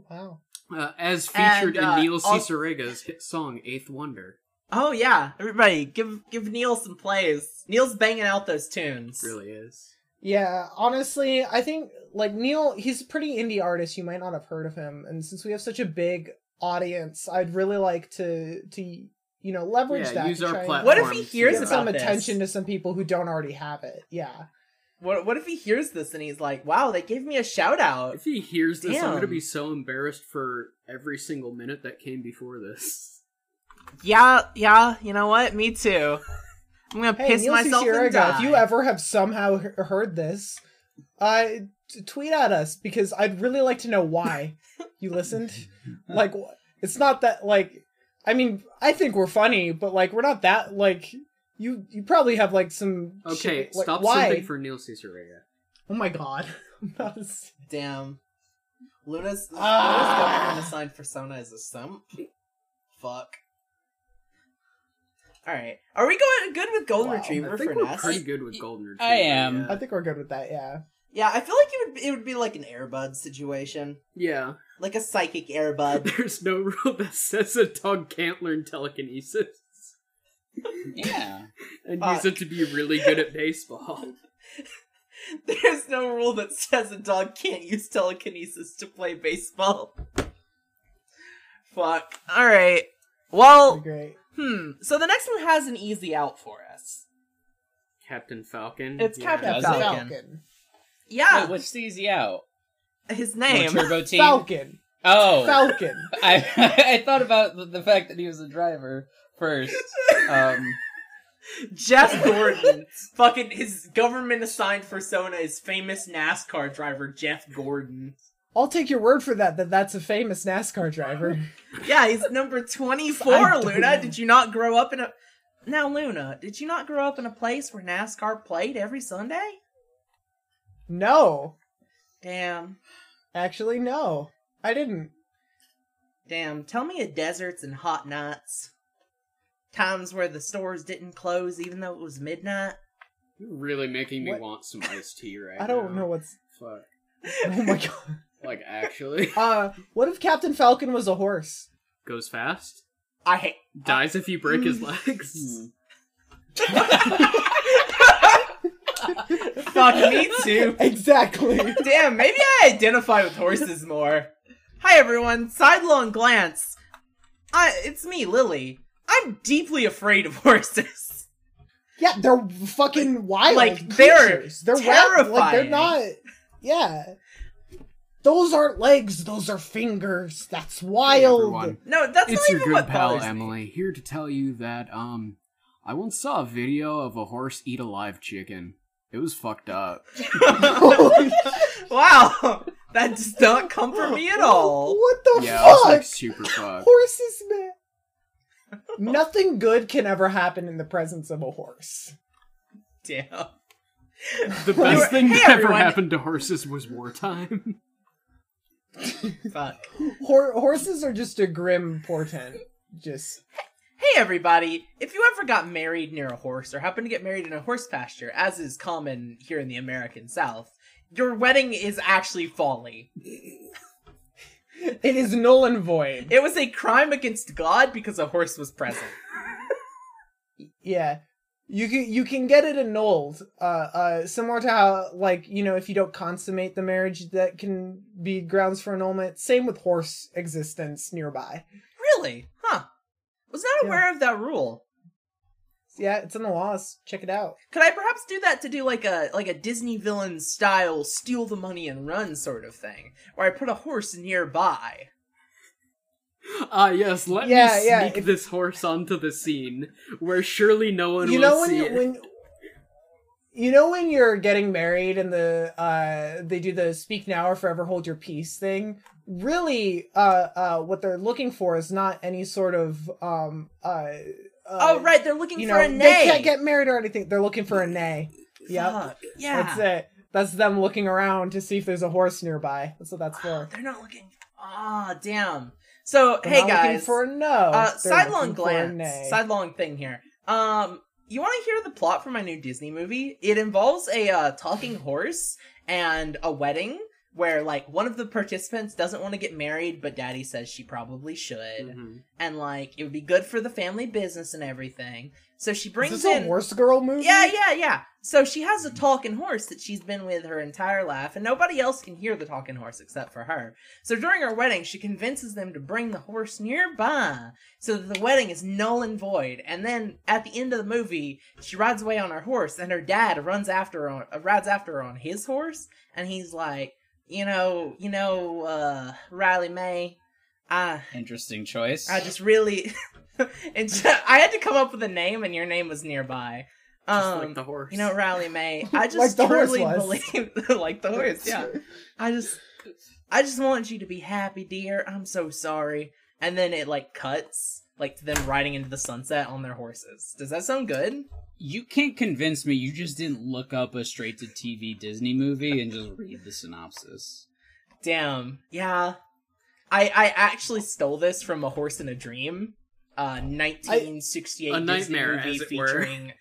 Wow.
Uh, as
And,
featured
uh,
in Neil
al-
Cicerega's hit song Eighth Wonder.
Oh yeah. Everybody, give give Neil some plays. Neil's banging out those tunes.
Really is.
Yeah, honestly, I think like Neil, he's a pretty indie artist. You might not have heard of him, and since we have such a big audience, I'd really like to to you know leverage
Yeah,
that.
use
to
our
try and
platform.
What if he
to
hears
get
Give
out.
some
about this?
attention to some people who don't already have it. Yeah,
What what if he hears this and he's like, "Wow, they gave me a shout out."
If he hears this, I'm gonna
Damn.
be so embarrassed for every single minute that came before this.
Yeah, yeah, you know what? Me too. I'm going to
hey,
piss
Neil
myself and
Cicierega,
die.
if you ever have somehow he- heard this, uh, t- tweet at us because I'd really like to know why you listened. like, wh- it's not that like, I mean, I think we're funny, but like, we're not that like. You you probably have like some
Okay,
shit, like,
stop
why?
something for Neil Cicerega.
Oh my god. I'm not as-
Damn. Luna's
Ah.
Luna's government assigned persona is a sump. Fuck. All right, are we going good with golden
Wow, I
retriever
I think
for E
we're
Ness?
pretty good with Golden Retriever.
I am.
Yeah.
I think we're good with that, yeah.
Yeah, I feel like it would it would be like an airbud situation,
yeah.
like a psychic airbud.
There's no rule that says a dog can't learn telekinesis.
Yeah.
And
Fuck.
use it to be really good at baseball.
There's no rule that says a dog can't use telekinesis to play baseball. Fuck. All right.
That'd
Well,
be great.
hmm. So the next one has an easy out for us.
Captain Falcon.
It's Captain
Yeah,
Does
Falcon.
it?
Falcon.
Yeah,
Wait, what's the easy out?
his
More
name.
Turbo team.
Falcon.
Oh,
Falcon.
I I thought about the- the fact that he was a driver first. Um,
Jeff Gordon, fucking his government assigned persona is famous NASCAR driver Jeff Gordon.
I'll take your word for that, that that's a famous NASCAR driver.
Yeah, he's number
I
24,
don't
Luna.
know.
Did you not grow up in a. Now, Luna, did you not grow up in a place where NASCAR played every Sunday?
no.
Damn.
Actually, no. I didn't.
Damn, tell me of deserts and hot nights. Times where the stores didn't close even though it was midnight.
You're really making me
What?
want some iced tea right now.
I don't know what's.
Fuck.
Oh my god.
Like, actually.
Uh, what if Captain Falcon was a horse?
Goes fast.
I Hmm. hate.
Dies if you break his legs.
Fuck me too.
Exactly.
Damn, maybe I identify with horses more. Hi everyone, sidelong glance. I, it's me, Lily. I'm deeply afraid of horses.
yeah, they're fucking wild.
Like, they're
creatures. they're wild. Like they're
terrifying.
not. Yeah. Those aren't legs. Those are fingers. That's wild.
everyone.
No, that's
It's
not
your
even
good
what
pal
bothers me.
Emily here to tell you that um I once saw a video of a horse eat a live chicken. It was fucked up.
wow, that does not come from me at
Oh,
all.
What the
yeah, it was
fuck?
like super fucked.
Horses, man. Nothing good can ever happen in the presence of a horse.
Damn.
The best thing
Hey,
that ever
everyone.
happened to horses was wartime.
Fuck.
Hor- horses are just a grim portent. Just
Hey everybody, if you ever got married near a horse or happen to get married in a horse pasture, as is common here in the American South, your wedding is actually folly.
it is null and void.
It was a crime against God because a horse was present.
Yeah. You can you can get it annulled. Uh uh similar to how like, you know, if you don't consummate the marriage that can be grounds for annulment. Same with horse existence nearby.
Really? Huh. Was not
Yeah.
aware of that rule.
Yeah, it's in the laws. Check it out.
Could I perhaps do that to do like a like a Disney villain style steal the money and run sort of thing, where I put a horse nearby?
Ah yes, let
Yeah,
me sneak
yeah, if-
this horse onto the scene where surely no one
you
will
know when
see
you-
it.
when you know when you're getting married and the uh they do the speak now or forever hold your peace thing really uh uh what they're looking for is not any sort of um uh, uh
oh right, they're looking
you
for
know
a
they
nay.
can't get married or anything they're looking for a nay yeah
Fuck. Yeah.
that's it that's them looking around to see if there's a horse nearby that's what that's for
They're not looking. Ah, damn. So
They're
hey
not looking
guys,
for a no
uh,
they're
sidelong
looking for a
glance,
nay.
sidelong thing here. Um, you want to hear the plot for my new Disney movie? It involves a uh, talking horse and a wedding where like one of the participants doesn't want to get married, but Daddy says she probably should,
Mm-hmm.
Mhm.
and like it would be good for the family business and everything. So she brings
is this
in
a horse girl movie
yeah,
Mm-hmm.
yeah, yeah. So she has a talking horse that she's been with her entire life, and nobody else can hear the talking horse except for her. So during her wedding, she convinces them to bring the horse nearby so that the wedding is null and void. And then at the end of the movie, she rides away on her horse, and her dad runs after her on, uh, rides after her on his horse, and he's like, you know, you know, uh, Riley May, I
Interesting choice.
I just really, and I had to come up with a name, and your name was nearby.
Just
Um,
like the horse.
you know, Riley May. I just
Like the horse
truly
was.
believe like the horse. Yeah, I just, I just want you to be happy, dear. I'm so sorry. And then it like cuts like to them riding into the sunset on their horses. Does that sound good?
you can't convince me you just didn't look up a straight to TV Disney movie and just read the synopsis.
Damn. Yeah. I I actually stole this from A Horse in a Dream, uh, 1968
A
Disney
nightmare,
movie
as it were.
featuring.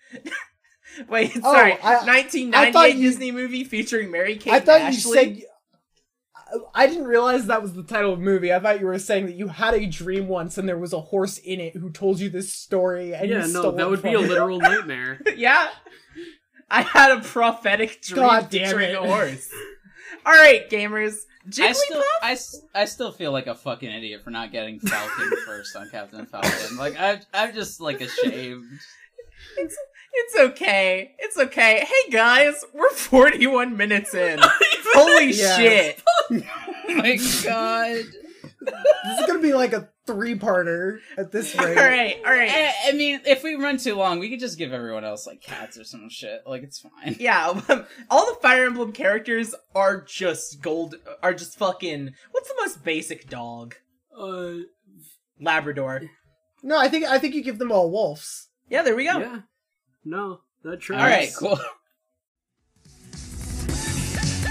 Wait,
Oh,
sorry,
I-
1998
you-
Disney movie featuring Mary Kate.
I thought
Ashley.
you said. I I didn't realize that was the title of the movie. I thought you were saying that you had a dream once and there was a horse in it who told you this story and you
yeah,
stole
no,
it
that would be
from
a
it.
literal nightmare.
yeah. I had a prophetic dream
God damn
featuring
it.
a horse. All right, gamers.
I
Jigglypuff?
still, I, s- I still feel like a fucking idiot for not getting Falcon first on Captain Falcon. Like I, I'm just like ashamed.
It's okay. It's okay. Hey guys, we're 41 minutes in. Holy
Yeah.
shit.
My God.
This is gonna be like a three-parter at this
All
rate.
right. All right.
I, I mean, if we run too long, we could just give everyone else like cats or some shit. Like it's fine.
Yeah, um, all the Fire Emblem characters are just gold. Are just fucking. What's the most basic dog?
Uh,
Labrador.
No, I think I think you give them all wolves.
Yeah, there we go.
yeah. No, that tracks.
All right, cool.
Thank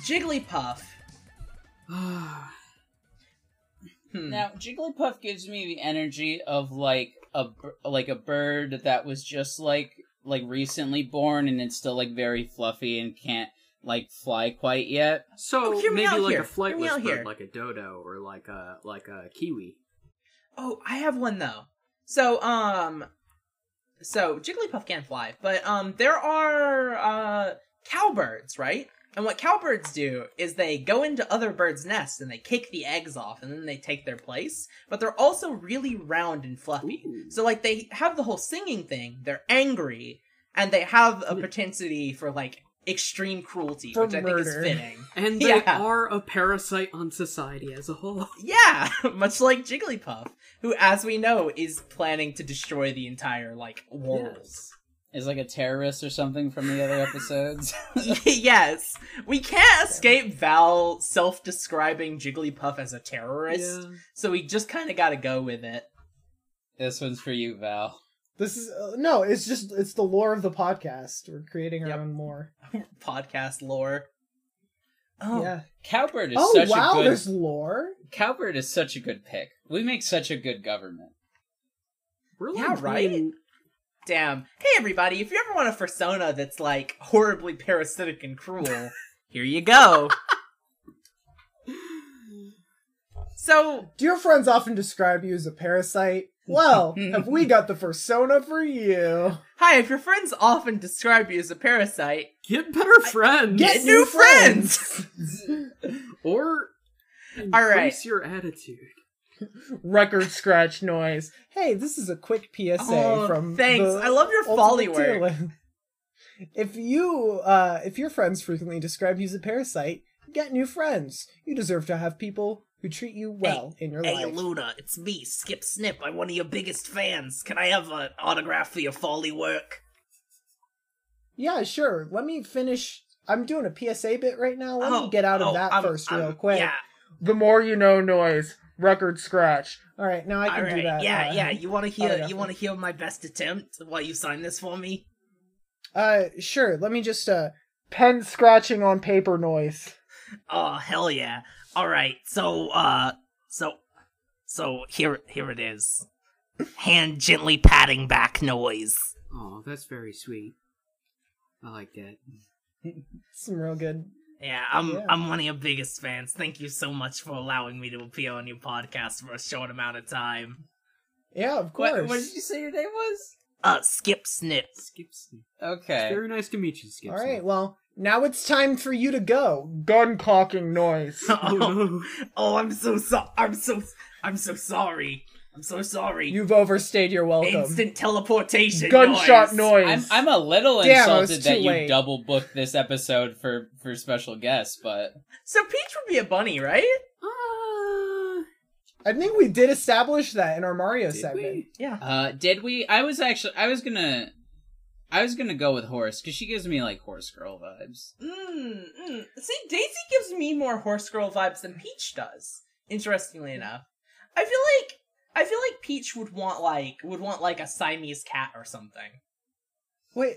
Jigglypuff. Hmm.
Now, Jigglypuff gives me the energy of like a b- like a bird that was just like like recently born and it's still like very fluffy and can't like fly quite yet.
So
Oh, hear me
maybe
out
like
here. Hear
a
me
flightless
out
bird,
here.
like a dodo, or like a like a kiwi.
Oh, I have one though. So, um, so Jigglypuff can't fly, but um, there are uh cowbirds, right? And what cowbirds do is they go into other birds' nests and they kick the eggs off, and then they take their place. But they're also really round and fluffy. So, like, they have the whole singing thing. They're angry, and they have a propensity for like extreme cruelty,
For
which I think is
murder.
fitting.
And they
Yeah.
are a parasite on society as a whole.
Yeah, much like Jigglypuff, who, as we know, is planning to destroy the entire like world.
Is like a terrorist or something from the other episodes.
Yes, we can't escape Val self-describing Jigglypuff as a terrorist,
Yeah.
so we just kind of got to go with it.
this one's for you, Val.
This is uh, no. It's just it's the lore of the podcast. We're creating our
Yep.
own lore.
Podcast lore. Oh,
Yeah.
Cowbird is
Oh
such
wow,
a good
there's lore.
Cowbird is such a good pick. We make such a good government.
We're
Yeah, right?
doing-
damn! Hey, everybody! If you ever want a persona that's like horribly parasitic and cruel, here you go. So
Do your friends often describe you as a parasite? Well, have we got the persona for you?
Hi, if your friends often describe you as a parasite,
Get better friends,
get new friends!
or increase
right.
your attitude.
Record scratch noise. Hey, this is a quick PSA
Oh,
from.
thanks.
the
I love your
Ultimate
folly
Tier
work.
List. If you, uh, if your friends frequently describe you as a parasite, get new friends. You deserve to have people who treat you well in your
Hey,
life.
Luna, it's me, Skip Snip. I'm one of your biggest fans. Can I have an autograph for your folly work?
Yeah, sure. Let me finish. I'm doing a PSA bit right now. Let
Oh,
me get out of
oh,
that
I'm-
1st
I'm-
real quick.
Yeah,
The more you know noise. Record scratch. All right, now I
all
can
right.
do that.
yeah,
uh,
yeah. You want to hear?
autograph
You
it.
want to hear my best attempt while you sign this for me?
Uh, sure. Let me just uh pen scratching on paper noise.
Oh hell yeah! All right, so uh, so, so here, here it is. Hand gently patting back noise.
Oh, that's very sweet. I like that.
Some real good.
Yeah, I'm
Yeah.
I'm one of your biggest fans. Thank you so much for allowing me to appear on your podcast for a short amount of time.
Yeah, of course.
What, what did you say your name was?
Uh, skip snip.
Skipsy.
Okay.
Very nice to meet you, Skipsy.
All right. Well, now it's time for you to go. Gun cocking noise.
Oh no.
Oh, I'm so so I'm so I'm so sorry. I'm so sorry.
You've overstayed your welcome.
Instant teleportation.
Gunshot noise.
I'm I'm a little
Damn, I was
insulted that
too
you
late.
double booked this episode for for special guests, but
So Peach would be a bunny, right?
Uh,
I think we did establish that in our Mario
did
segment.
we?
Yeah.
uh did we I was actually I was going to I was going to go with Horse cuz she gives me like Horse girl vibes.
Mm, mm. See, Daisy gives me more horse girl vibes than Peach does. Interestingly enough, I feel like I feel like Peach would want like would want like a Siamese cat or something.
Wait,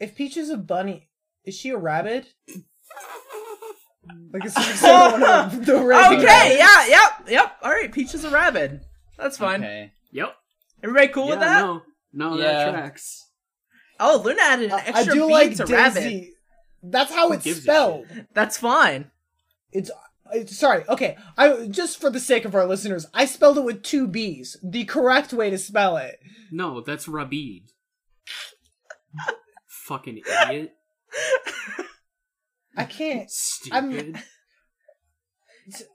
if Peach is a bunny, is she a rabbit? like is she someone of the rabbit?
Okay, yeah, yep, yep. All right, Peach is a rabbit. That's fine.
Okay.
Yep.
Everybody cool
yeah,
with that?
No, no
Yeah.
that tracks.
Oh, Luna added an
I- I
extra
do
beat
like
to
Daisy.
rabbit.
That's how
Who
it's
gives a
spelled.
That's fine.
It's, it's sorry. Okay, I just for the sake of our listeners, I spelled it with two B's. The correct way to spell it.
No, that's Rabid. Fucking idiot.
I can't.
Stupid.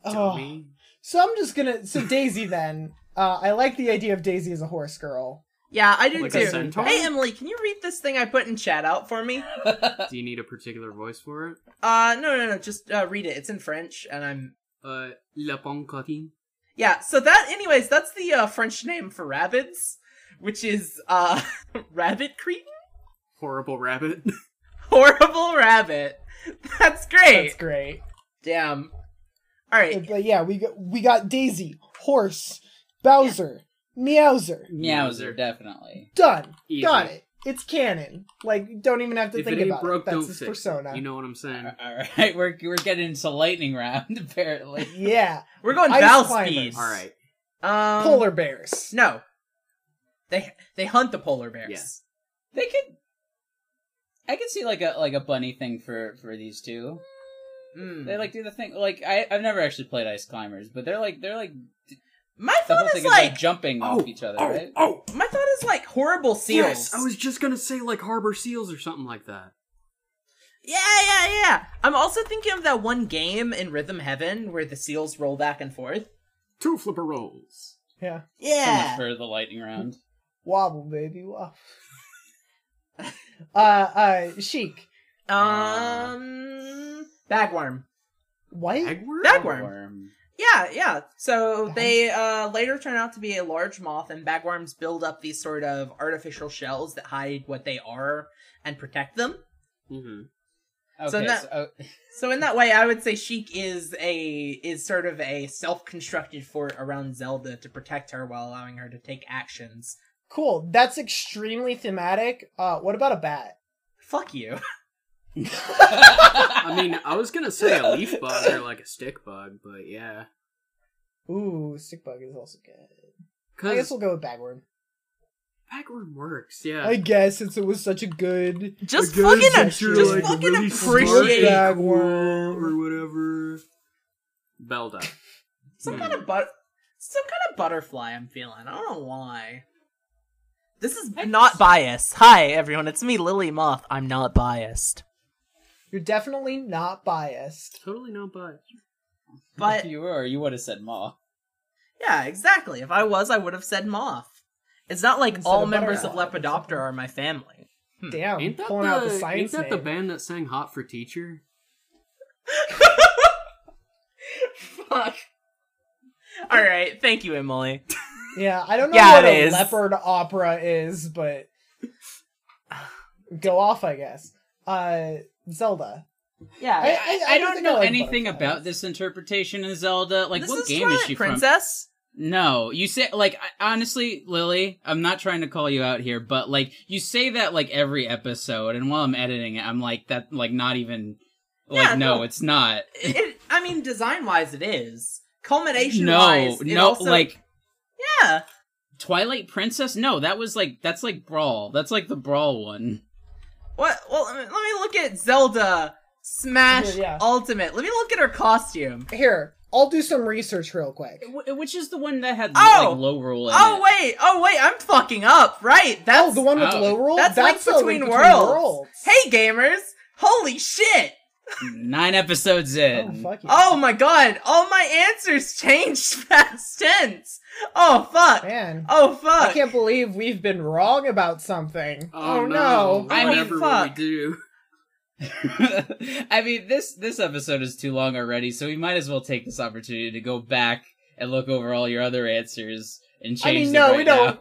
Oh.
Dummy.
So I'm just gonna. So Daisy then. Uh, I like the idea of Daisy as a horse girl.
Yeah, I do
Like a
too.
centaur?
Hey, Emily, can you read this thing I put in chat out for me?
Do you need a particular voice for it?
Uh, no, no, no, just uh, read it. It's in French, and I'm
Uh, La Pancotine.
yeah. So that, anyways, that's the uh, French name for rabbits, which is uh, rabbit cretin.
Horrible rabbit.
Horrible rabbit. That's great.
That's great.
Damn. All right.
But yeah, we got we got Daisy, horse, Bowser, Meowser.
Meowser definitely.
Done.
Easy.
Got it. It's canon. Like, don't even have to
if
think
it ain't
about
broke,
it. That's
don't
his
fix.
persona.
You know what I'm saying?
All right, we're we're getting into lightning round apparently.
yeah.
We're going
Ice
Val
climbers.
speed.
All right.
Um,
Polar bears.
No. They they hunt the polar bears.
They could. I could see like a like a bunny thing for for these two.
Mm.
They like do the thing like I I've never actually played ice climbers, but they're like they're like
My
the
thought
whole
is
thing is like
like
jumping
Oh,
off each other,
oh,
right?
oh,
my thought is like horrible seals.
yes. I was just gonna say like harbor seals or something like that.
Yeah, yeah, yeah. I'm also thinking of that one game in Rhythm Heaven where the seals roll back and forth.
Two flipper rolls.
Yeah.
So much
Yeah.
for the lightning round.
Wobble, baby, wobble. uh, uh, chic.
Um Bagworm.
What?
Bagworm.
Bagworm.
Worm.
Yeah, yeah. So they uh later turn out to be a large moth and bagworms build up these sort of artificial shells that hide what they are and protect them.
hmm
Okay,
So
so, oh.
that- So in that way, I would say Sheik is a is sort of a self constructed fort around Zelda to protect her while allowing her to take actions.
Cool. That's extremely thematic. Uh, what about a bat?
Fuck you.
I mean, I was gonna say a leaf bug or like a stick bug, but yeah,
Ooh, stick bug is also good. I guess
because
we'll go with bagworm.
bagworm works. Yeah.
I guess since it was such a good.
Just
Because
fucking,
it's
just
actually, like,
fucking
really smart
appreciate
guy.
Bagworm.
or whatever. Belda.
some
Hmm.
kind of but some kind of butterfly. I'm feeling. I don't know why. This is not biased. Hi everyone, it's me, Lily Moth. I'm not biased,
You're definitely not biased.
Totally no bias.
but
if you were, you would have said maw.
yeah, exactly. If I was, I would have said moth. It's not like
Instead
all
of
members of
butterfly.
Lepidoptera are my family.
Damn.
Hmm. Ain't that,
pulling
the,
out the science
ain't that the
name.
band that sang Hot for Teacher?
Fuck. All right, thank you, Emily.
Yeah, I don't know
Yeah,
what
it
a
is.
leopard opera is, but go off, I guess. Uh, Zelda.
Yeah,
I-
I,
I don't
don't
think I
know
like
anything
butterflies.
about this interpretation of Zelda. Like,
this
what
is
game is
right,
she from?
princess?
No, you say like I, honestly, Lily. I'm not trying to call you out here, but like you say that like every episode, and while I'm editing it, I'm like that like not even like
Yeah,
no,
no.
it's not.
It, it- I mean, design wise, it is. Culmination
No,
wise, it
no,
also,
like
yeah,
Twilight Princess. No, that was like that's like Brawl. That's like the Brawl one.
What? Well, let me, let me look at Zelda Smash
Here, yeah.
Ultimate. Let me look at her costume.
Here, I'll do some research real quick.
Wh- Which is the one that had
Oh!
like low roll in
Oh
it.
wait, oh wait, I'm fucking up. Right, that's
Oh, the one with
Oh.
low roll.
that's, Link
a
Between Worlds. Hey gamers, holy shit!
Nine episodes
Oh
in.
fuck yeah.
Oh my god, all my answers changed past tense. Oh fuck.
man.
Oh
I
fuck.
can't believe we've been wrong about something.
Oh,
Oh,
no.
no.
I mean,
Whatever
fuck.
we do.
I mean this this episode is too long already, so we might as well take this opportunity to go back and look over all your other answers and
I
change
mean,
them
no,
right
we don't.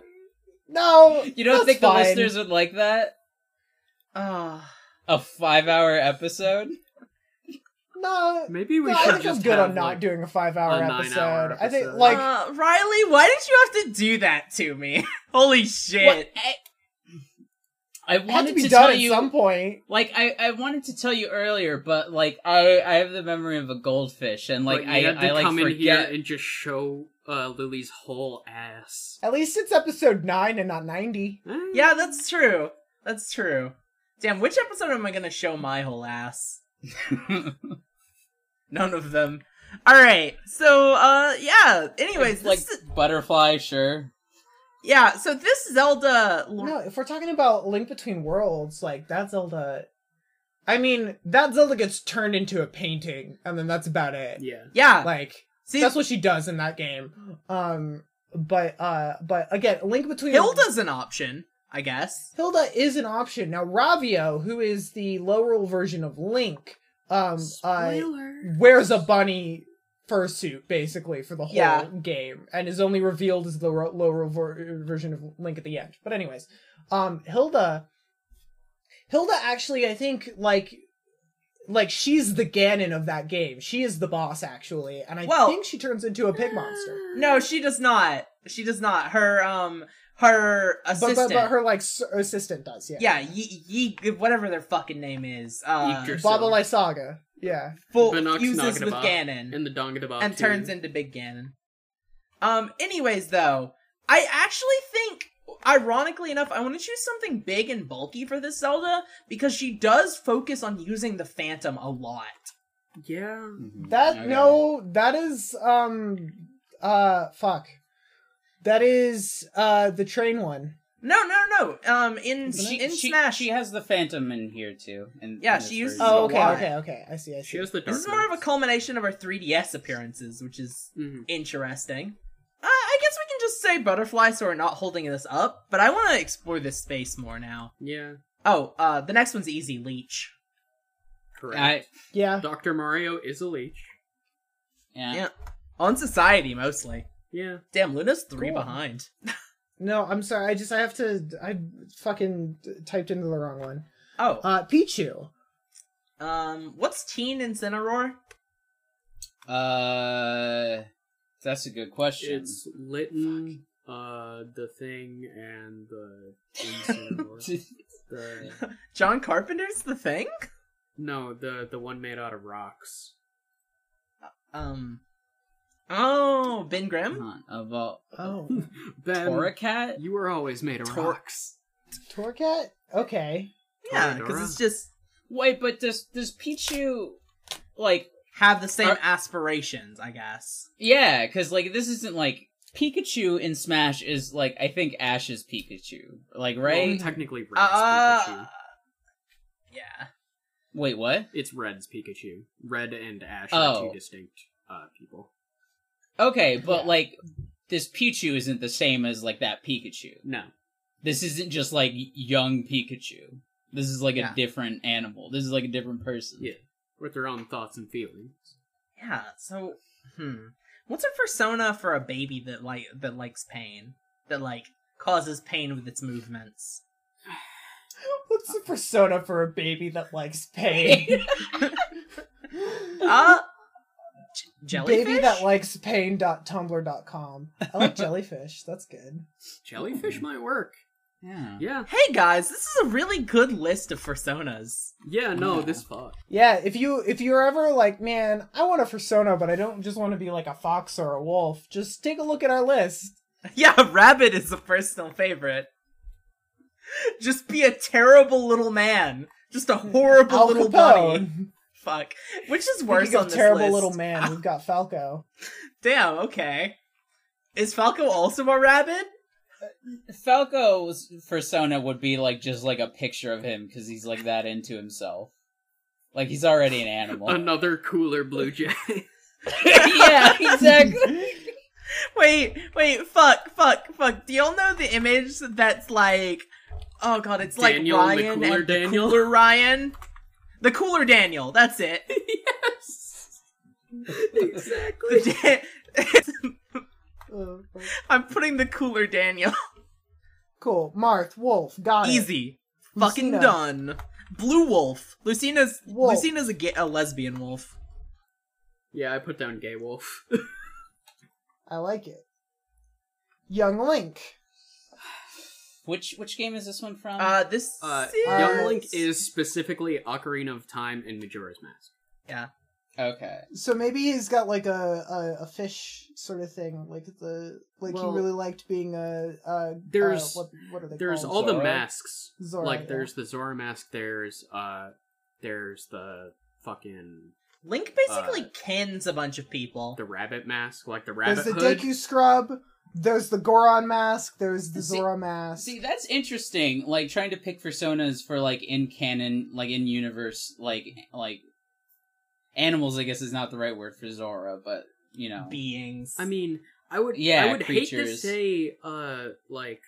now.
No,
You don't
that's
think
fine.
the listeners would like that?
Oh.
A five hour episode?
No,
Maybe we
no, I
should
think
just
I'm good
have,
on not
like,
doing a five-hour
a nine-hour
episode. I think
episode.
like
uh, Riley, why did you have to do that to me? holy shit.
What- I, I
Eh. it had to
wanted to,
be
tell
done at
you
some point.
like I, I wanted to tell you earlier, but like I I have the memory of a goldfish and like
but
I,
you had to
I like
come in here
forget
and just show uh, Lily's whole ass.
At least it's episode nine and not ninety.
Eh,
Yeah, that's true. That's true. Damn, which episode am I gonna show my whole ass? None of them. Alright, so uh yeah. Anyways,
like
this
butterfly, sure.
yeah, so this Zelda l-
No, if we're talking about Link Between Worlds, like that Zelda. I mean, that Zelda gets turned into a painting, and then that's about it.
Yeah.
Yeah.
Like
See
that's what she does in that game. Um, but uh, but again, Link Between
Hilda's an option, I guess.
Hilda is an option now. Ravio, who is the low roll version of Link, um, uh, wears a bunny fursuit basically for the whole
Yeah.
game and is only revealed as the ro- low roll ver- version of link at the end but anyways um hilda hilda actually i think like like she's the ganon of that game she is the boss actually and i
Well-
think she turns into a pig monster
No, she does not. She does not. Her um her
But,
assistant.
but but her like s- assistant does. Yeah.
yeah, ye, ye, whatever their fucking name is, uh,
Yeekers.
Baba Lysaga. Yeah.
full,
Binox
fuses with
Naganabop.
Ganon
in the Dongadabah
and
too.
turns into Big Ganon. Um. Anyways, though, I actually think, ironically enough, I want to choose something big and bulky for this Zelda because she does focus on using the Phantom a lot.
yeah.
Mm-hmm. That
Okay.
no, that is um uh fuck. That is uh the train one.
No, no, no. Um. In
She,
in
she-
Smash,
she has the Phantom in here too. In,
Yeah,
in this
she uses-
version.
Oh,
a
okay,
lot.
okay, okay. I see, I see.
She has the dark.
this is more of a
knights.
culmination of her 3DS appearances, which is
Mhm.
interesting. Uh, I guess we can just say butterfly, so we're not holding this up. But I want to explore this space more now.
Yeah,
Oh, uh, the next one's easy, leech.
correct.
I,
yeah.
Doctor Mario is a leech.
yeah.
Yeah. On society mostly.
Yeah,
Damn, Luna's three
Cool.
behind.
No, I'm sorry. I just I have to I fucking typed into the wrong one.
Oh,
Uh Pichu.
um, what's teen Incineroar?
Uh, that's a good question.
it's Litten, uh, the thing, and the. Incineroar. the
John Carpenter's the thing.
no, the the one made out of rocks.
Um, oh, Ben
Uh-huh.
Grimm.
Huh, of all
Oh,
Ben,
Toracat?
you were always made of
Tor-
rocks.
Torcat? Okay.
Yeah, because it's just
Wait, but does does Pichu like
have the same
Uh,
Are-
aspirations, I guess.
yeah? Because like this isn't like Pikachu in Smash is like I think Ash's Pikachu, like right?
Well, technically, Red's
Uh,
Pikachu.
yeah.
Wait, what?
It's Red's Pikachu. Red and Ash are
Oh.
two distinct uh, people.
Okay, but like this Pichu isn't the same as like that Pikachu.
No,
This isn't just like young Pikachu. This is like
Yeah.
a different animal. This is like a different person.
Yeah. with their own thoughts and feelings.
Yeah, so hmm. What's a persona for a baby that like that likes pain? That like causes pain with its movements.
What's the persona for a baby that likes pain?
Uh j- jellyfish?
Baby that likes pain.tumblr.com. I like jellyfish. That's good.
Jellyfish might work.
Yeah.
Yeah,
Hey guys, this is a really good list of personas.
yeah. No,
Yeah.
this fuck.
Yeah, if you if you're ever like, man, I want a persona, but I don't just want to be like a fox or a wolf. Just take a look at our list.
Yeah, rabbit is a personal favorite. Just be a terrible little man. Just a horrible
Al
little bunny.
Capone.
Fuck. Which is
Speaking
worse
of
on this
terrible
list?
little man. We've got Falco.
Damn. Okay. Is Falco also a rabbit?
Falco's persona would be like just like a picture of him because he's like that into himself. Like he's already an animal.
Another cooler blue jay.
yeah, exactly.
Wait, wait, fuck, fuck, fuck. Do y'all know the image that's like, oh god, it's like
Daniel and the
Ryan
Cooler
and the
Daniel?
cooler Ryan, the cooler Daniel. That's it.
exactly.
The Dan-
Oh, fuck.
I'm putting the cooler Daniel.
Cool. Marth, Wolf, got it.
Easy, fucking
Lucina.
done. Blue Wolf. Lucina's
Wolf.
Lucina's a, ga- a lesbian wolf.
Yeah, I put down gay wolf.
I like it. Young Link.
Which which game is this one
Um,
from?
Uh, this
Uh,
is-
Young Link is specifically Ocarina of Time and Majora's Mask.
okay.
So maybe he's got like a, a, a fish sort of thing, like the like
Well,
he really liked being a, a
there's-
uh, what, what are they
There's
called?
all the
Zora?
masks.
Zora,
like
yeah.
there's the Zora mask. There's uh, there's the fucking
Link basically kins a bunch of people.
uh, the rabbit mask. Like the
There's
rabbit
the
hood.
Deku scrub. There's the Goron mask. There's the
See-
Zora mask.
See, that's interesting. Like trying to pick personas for like in canon, like in universe, like like animals. I guess is not the right word for Zora, but you know.
Beings.
I mean, I would
Yeah,
I would hate to
creatures.
say uh like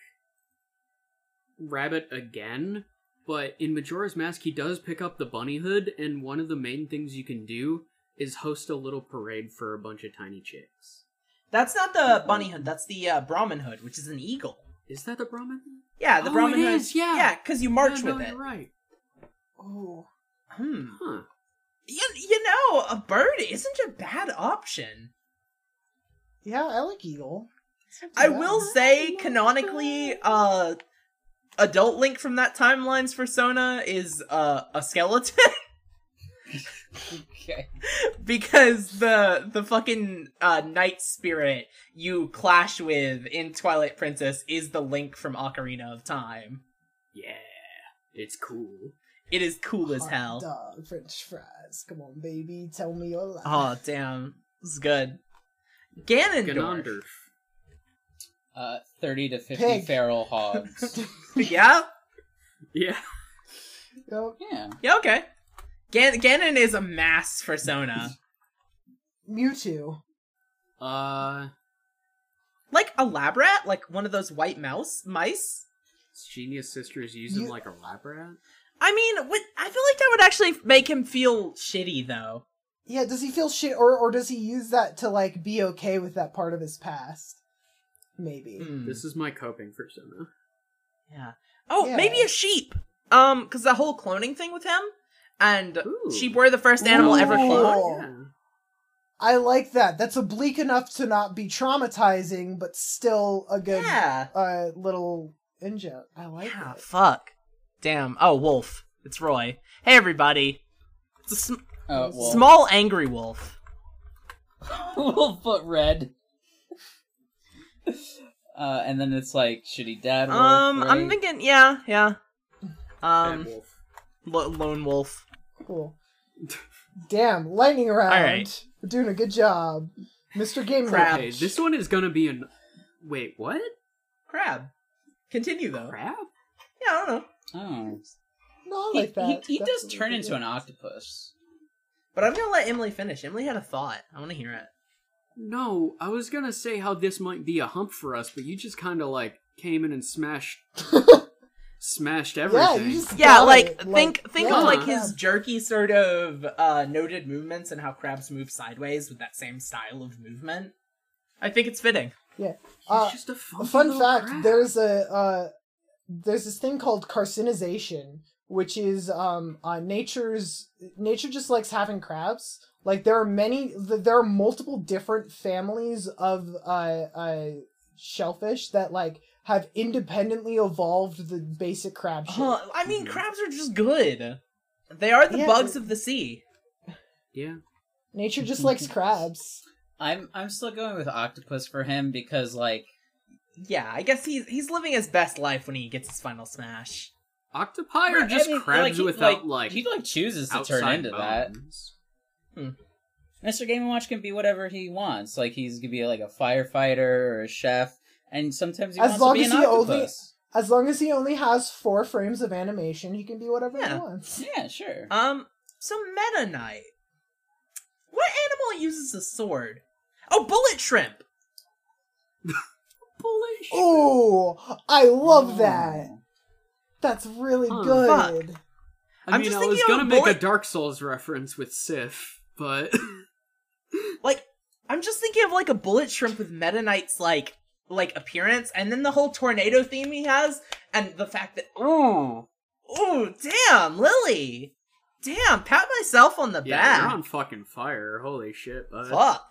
rabbit again, but in Majora's Mask he does pick up the bunny hood and one of the main things you can do is host a little parade for a bunch of tiny chicks.
that's not the bunny hood. That's the uh, Brahmin hood, which is an eagle.
Is that the Brahmin?
Yeah, the
Oh,
Brahmin
it
hood.
is, yeah.
yeah, because you march
Yeah, no,
with it.
You're right.
Oh, hmm.
Huh.
You, you know, a bird isn't a bad option.
Yeah, I like Eagle.
I will say canonically, uh, Adult Link from that timeline's persona is uh, a skeleton
Okay.
because the the fucking uh, night spirit you clash with in Twilight Princess is the Link from Ocarina of Time.
Yeah, it's cool.
It is cool as
Hot
hell.
Dog, French fries. Come on, baby. Tell me your life.
Oh damn, this is good. Ganondorf.
Ganondorf.
Uh, 30 to 50
Pig.
feral hogs.
yeah.
Yeah,
Yup.
yeah.
Yeah. Okay. Gan- Ganon is a mass persona,
Mewtwo.
uh,
like a lab rat, like one of those white mouse mice.
is Genius Sisters using
You-
like a lab rat.
I mean, what, I feel like that would actually make him feel shitty, though.
Yeah, does he feel shit or or does he use that to like be okay with that part of his past? Maybe.
Hmm.
This is my coping persona.
yeah. Oh,
Yeah.
maybe a sheep. Um, because the whole cloning thing with him, and
Ooh.
sheep were the first animal ever
Ooh.
cloned.
Oh. I like that. That's oblique enough to not be traumatizing, but still a good
Yeah.
uh little injet. I like
Yeah.
it.
Fuck. Damn. Oh, wolf. It's Roy. Hey, everybody. It's a sm-
Uh, well,
small angry wolf.
Wolf foot red. Uh, and then it's like shitty dad. Wolf,
um, I'm
right?
thinking. Yeah. Yeah.
Bad
Um,
wolf.
lo- lone wolf.
Cool. Damn, lightning round.
Alright.
We're doing a good job. Mr. Game
Crap.
Crap.
Okay, this one is gonna be an. Wait, what?
Crab. Continue though.
Crab?
Yeah, I don't know.
Oh.
No, I
He,
like that.
he, he
That's
does
really
turn
good.
into an octopus.
But I'm gonna let Emily finish. Emily had a thought. I want to hear it.
No, I was gonna say how this might be a hump for us, but you just kind of like came in and smashed, smashed
Yeah,
everything.
you just
Yeah,
got
like,
it.
think think
yeah.
of like
crab.
his jerky sort of uh, noted movements and how crabs move sideways with that same style of movement. I think it's fitting.
He's
Uh,
just a
A
fun,
fun
little
fact:
crab.
there's a uh, there's this thing called carcinization, which is um, uh, nature's nature just likes having crabs. Like there are many, th- there are multiple different families of uh, uh, shellfish that like have independently evolved the basic crab shape.
Huh, I mean, crabs are just good. They are the
Yeah,
bugs
but-
of the sea.
Yeah,
Nature just likes crabs.
I'm I'm still going with octopus for him because like
Yeah, I guess he's he's living his best life when he gets his final smash.
octopi are just
I mean,
crabs
like, he-
without like,
like he like chooses to
outside
turn into
bones.
that. Mr. Game and Watch can be whatever he wants. Like he's gonna be like a firefighter or a chef, and sometimes he
As
wants
long
to be
as
an
he only-
octopus.
As long as he only has four frames of animation, he can be whatever
Yeah.
he wants.
Yeah, sure.
Um, so Meta Knight. What animal uses a sword? Oh, bullet shrimp.
Bullish.
Oh, I love
Mm.
Oh.
that. That's really
Huh.
good.
I
I'm
mean,
just
I
thinking
was
of
gonna make a
bullet-
Dark Souls reference with Sif, but
like I'm just thinking of like a bullet shrimp with Meta Knight's like like appearance, and then the whole tornado theme he has, and the fact that oh oh damn Lily, damn pat myself on the
yeah, you're
back.
on fucking fire. Holy shit, bud.
Fuck.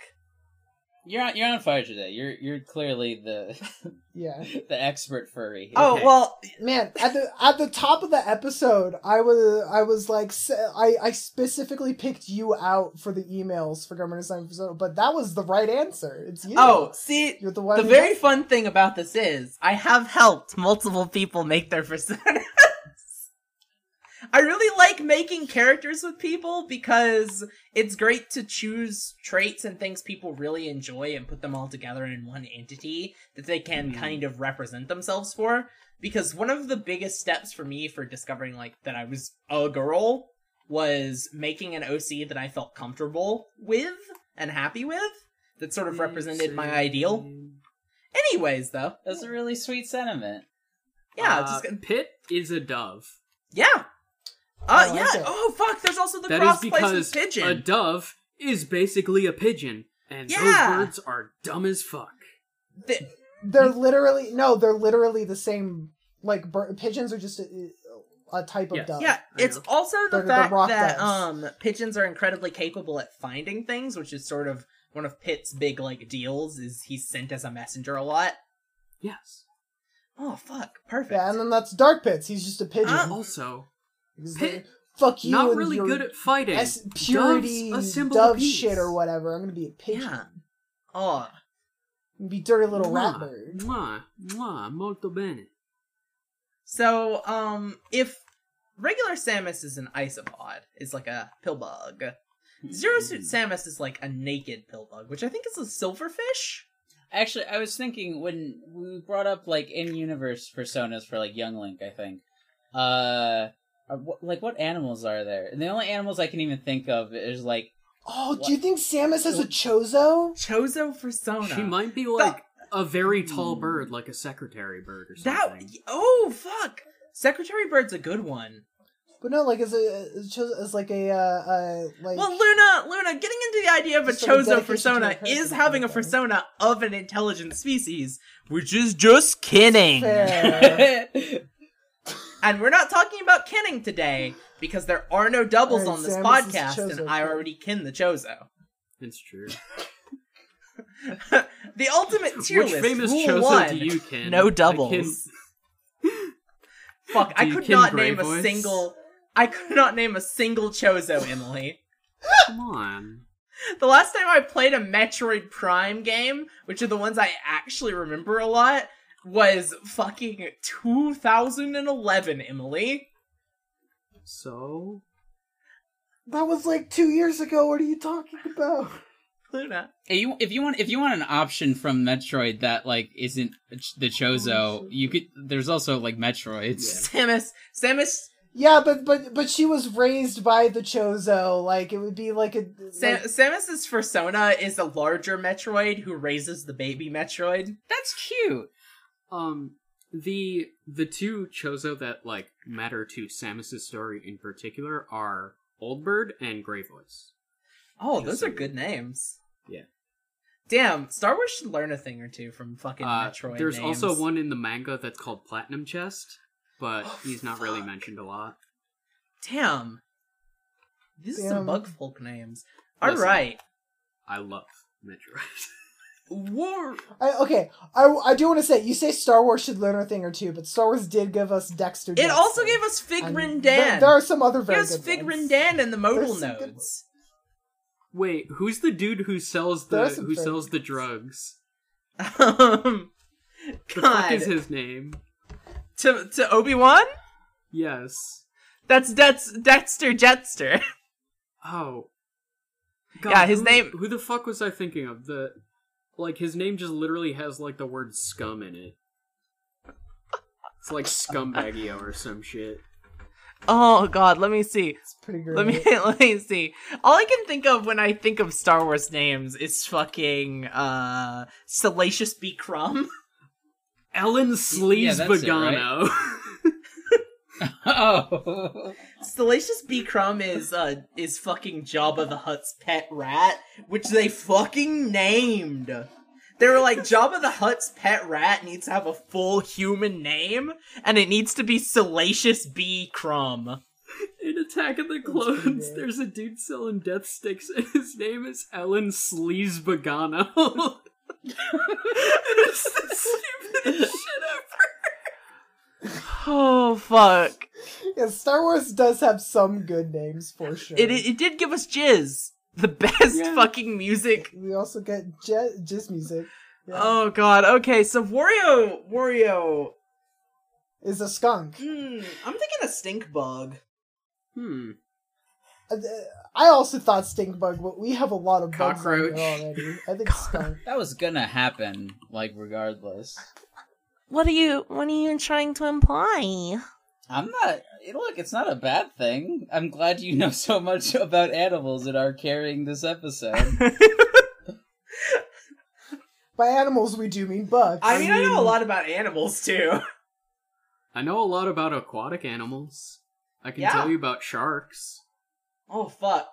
You're on you're on fire today. You're you're clearly the
Yeah.
the expert furry. Here.
Oh
Okay.
well,
Man, at the at the top of the episode, I was I was like s- I I specifically picked you out for the emails for government assignment, for Zone, but that was the right answer. It's you.
oh see.
you're the one.
The
who
very
does-
fun thing about this is I have helped multiple people make their personas. I really like making characters with people because it's great to choose traits and things people really enjoy and put them all together in one entity that they can kind of represent themselves for. Because one of the biggest steps for me for discovering like that I was a girl was making an OC that I felt comfortable with and happy with that sort
Mm,
of represented my ideal. Anyways, though,
That's a really sweet sentiment.
yeah,
Uh,
just
Pit is a dove.
yeah, uh,
I like
yeah.
it.
Oh fuck, there's also the
That is
cross place
because
with pigeon.
a dove is basically a pigeon, and
Yeah.
those birds are dumb as fuck.
Th-
They're literally no, they're literally the same. Like bir- pigeons are just a, a type of
Yes.
dove.
yeah,
I
it's
know.
also the
They're the
fact
rock
that
doves.
um pigeons are incredibly capable at finding things, which is sort of one of Pitt's big like deals is he's sent as a messenger a lot.
Yes.
Oh fuck, perfect.
Yeah, and then that's Dark Pits. He's just a pigeon.
Ah,
Uh, Also,
He's
Pit,
like, Fuck you.
not
and
really
your
good at fighting.
S- purity
Dove's a symbol
dove
of peace.
shit or whatever. I'm gonna be a pigeon.
Yeah. Oh,
I'm gonna be dirty little rat
Mwah,
bird.
Mwah, mwah, molto bene.
So, um, if regular Samus is an isopod, it's like a pillbug. Zero Suit
Hmm.
Samus is like a naked pillbug, which I think is a silverfish.
Actually, I was thinking when we brought up like in-universe personas for like Young Link, I think. Uh, uh, wh- like what animals are there? And the only animals I can even think of is like
Oh,
What?
do you think Samus has a Chozo?
Chozo Fursona.
She might be like a very tall bird, like a secretary bird or
that.
something.
Oh fuck! Secretary Bird's a good one.
But no, like as a as Chozo as like a uh, uh like
Well, Luna, Luna, getting into the idea of a
Just sort of
Chozo
dedication to
persona
a person
is having a
kind of thing.
persona of an intelligent species, which is just kidding.
fair.
And we're not talking about kinning today because there are no doubles
Alright,
on this
Samus is
podcast,
Chozo
and I
kin.
already kin the Chozo.
It's true.
the ultimate tier
Which
list.
famous
rule
Chozo
one.
do you kin?
No
I kin-
doubles. Fuck, I
do you
could
kin
not
Grey
name a
Voice?
single. I could not name a single Chozo, Emily.
Come on.
The last time I played a Metroid Prime game, which are the ones I actually remember a lot, was fucking 2011, Emily.
So
that was like two years ago. What are you talking about?
Luna.
If you if you want if you want an option from Metroid that like isn't ch- the
Oh,
Chozo, you could. There's also like Metroids.
Samus. Samus.
Yeah, but but but she was raised by the Chozo. Like it would be like a
Sam-
like,
Samus's persona is a larger Metroid who raises the baby Metroid.
That's cute.
Um, the the two Chozo that like matter to Samus's story in particular are Old Bird and Grey Voice.
Oh,
Just
those
so
are
you-
good names.
Yeah.
Damn, Star Wars should learn a thing or two from fucking
Uh,
Metroid.
there's
names.
also one in the manga that's called Platinum Chest, but
Oh,
he's not really
fuck.
mentioned a lot.
Damn. These are some
Damn.
bug folk names.
Listen.
Alright.
I love Metroid.
War.
I, okay, I, I do want to say you say Star Wars should learn a thing or two, but Star Wars did give us Dexter.
It also
Jackson.
gave us Fig
And
Rin
There,
Dan.
there are some other very
Here's
good
Fig
ones.
Rin Dan and the modal
There's some good
nodes.
Wait, who's the dude who sells
There
the
are some
who
fake
sells the
names.
drugs?
Um,
The fuck
God.
is his name?
to to Obi Wan?
Yes.
That's that's Dexter Jetster.
Oh.
Yeah, his
who-
name-
Who the fuck was I thinking of? The like his name just literally has like the word scum in it. It's like scumbaggio or some shit.
Oh God, let me see.
It's pretty great.
Let me let me see. All I can think of when I think of Star Wars names is fucking uh Salacious B Crumb.
Ellen Sleaze
that's it, right?
Vegano.
Oh,
Salacious B Crumb is uh is fucking Jabba the Hutt's pet rat, which they fucking named. They were like Jabba the Hutt's pet rat needs to have a full human name, and it needs to be Salacious B Crumb.
in Attack of the Clones, there's a dude selling death sticks, and his name is Ellen Sleaze Vegano. and it's the stupidest shit ever.
Oh fuck!
Yeah, Star Wars does have some good names for sure.
It it, it did give us jizz, the best
Yeah.
fucking music
We also get je- jizz music. Yeah.
Oh god. Okay, so Wario, Wario.
Is a skunk.
Hmm, I'm thinking a stink bug.
Hmm.
Uh, I also thought stink bug, but we have a lot of bugs on here
Cockroach.
already. I think skunk.
that was gonna happen. Like regardless,
What are you what are you trying to imply?
I'm not. eh, Look, it's not a bad thing. I'm glad you know so much about animals and are carrying this episode.
By animals, we do mean bugs.
I mean, I know a lot about animals too.
I know a lot about aquatic animals. I can
Yeah.
tell you about sharks.
Oh fuck.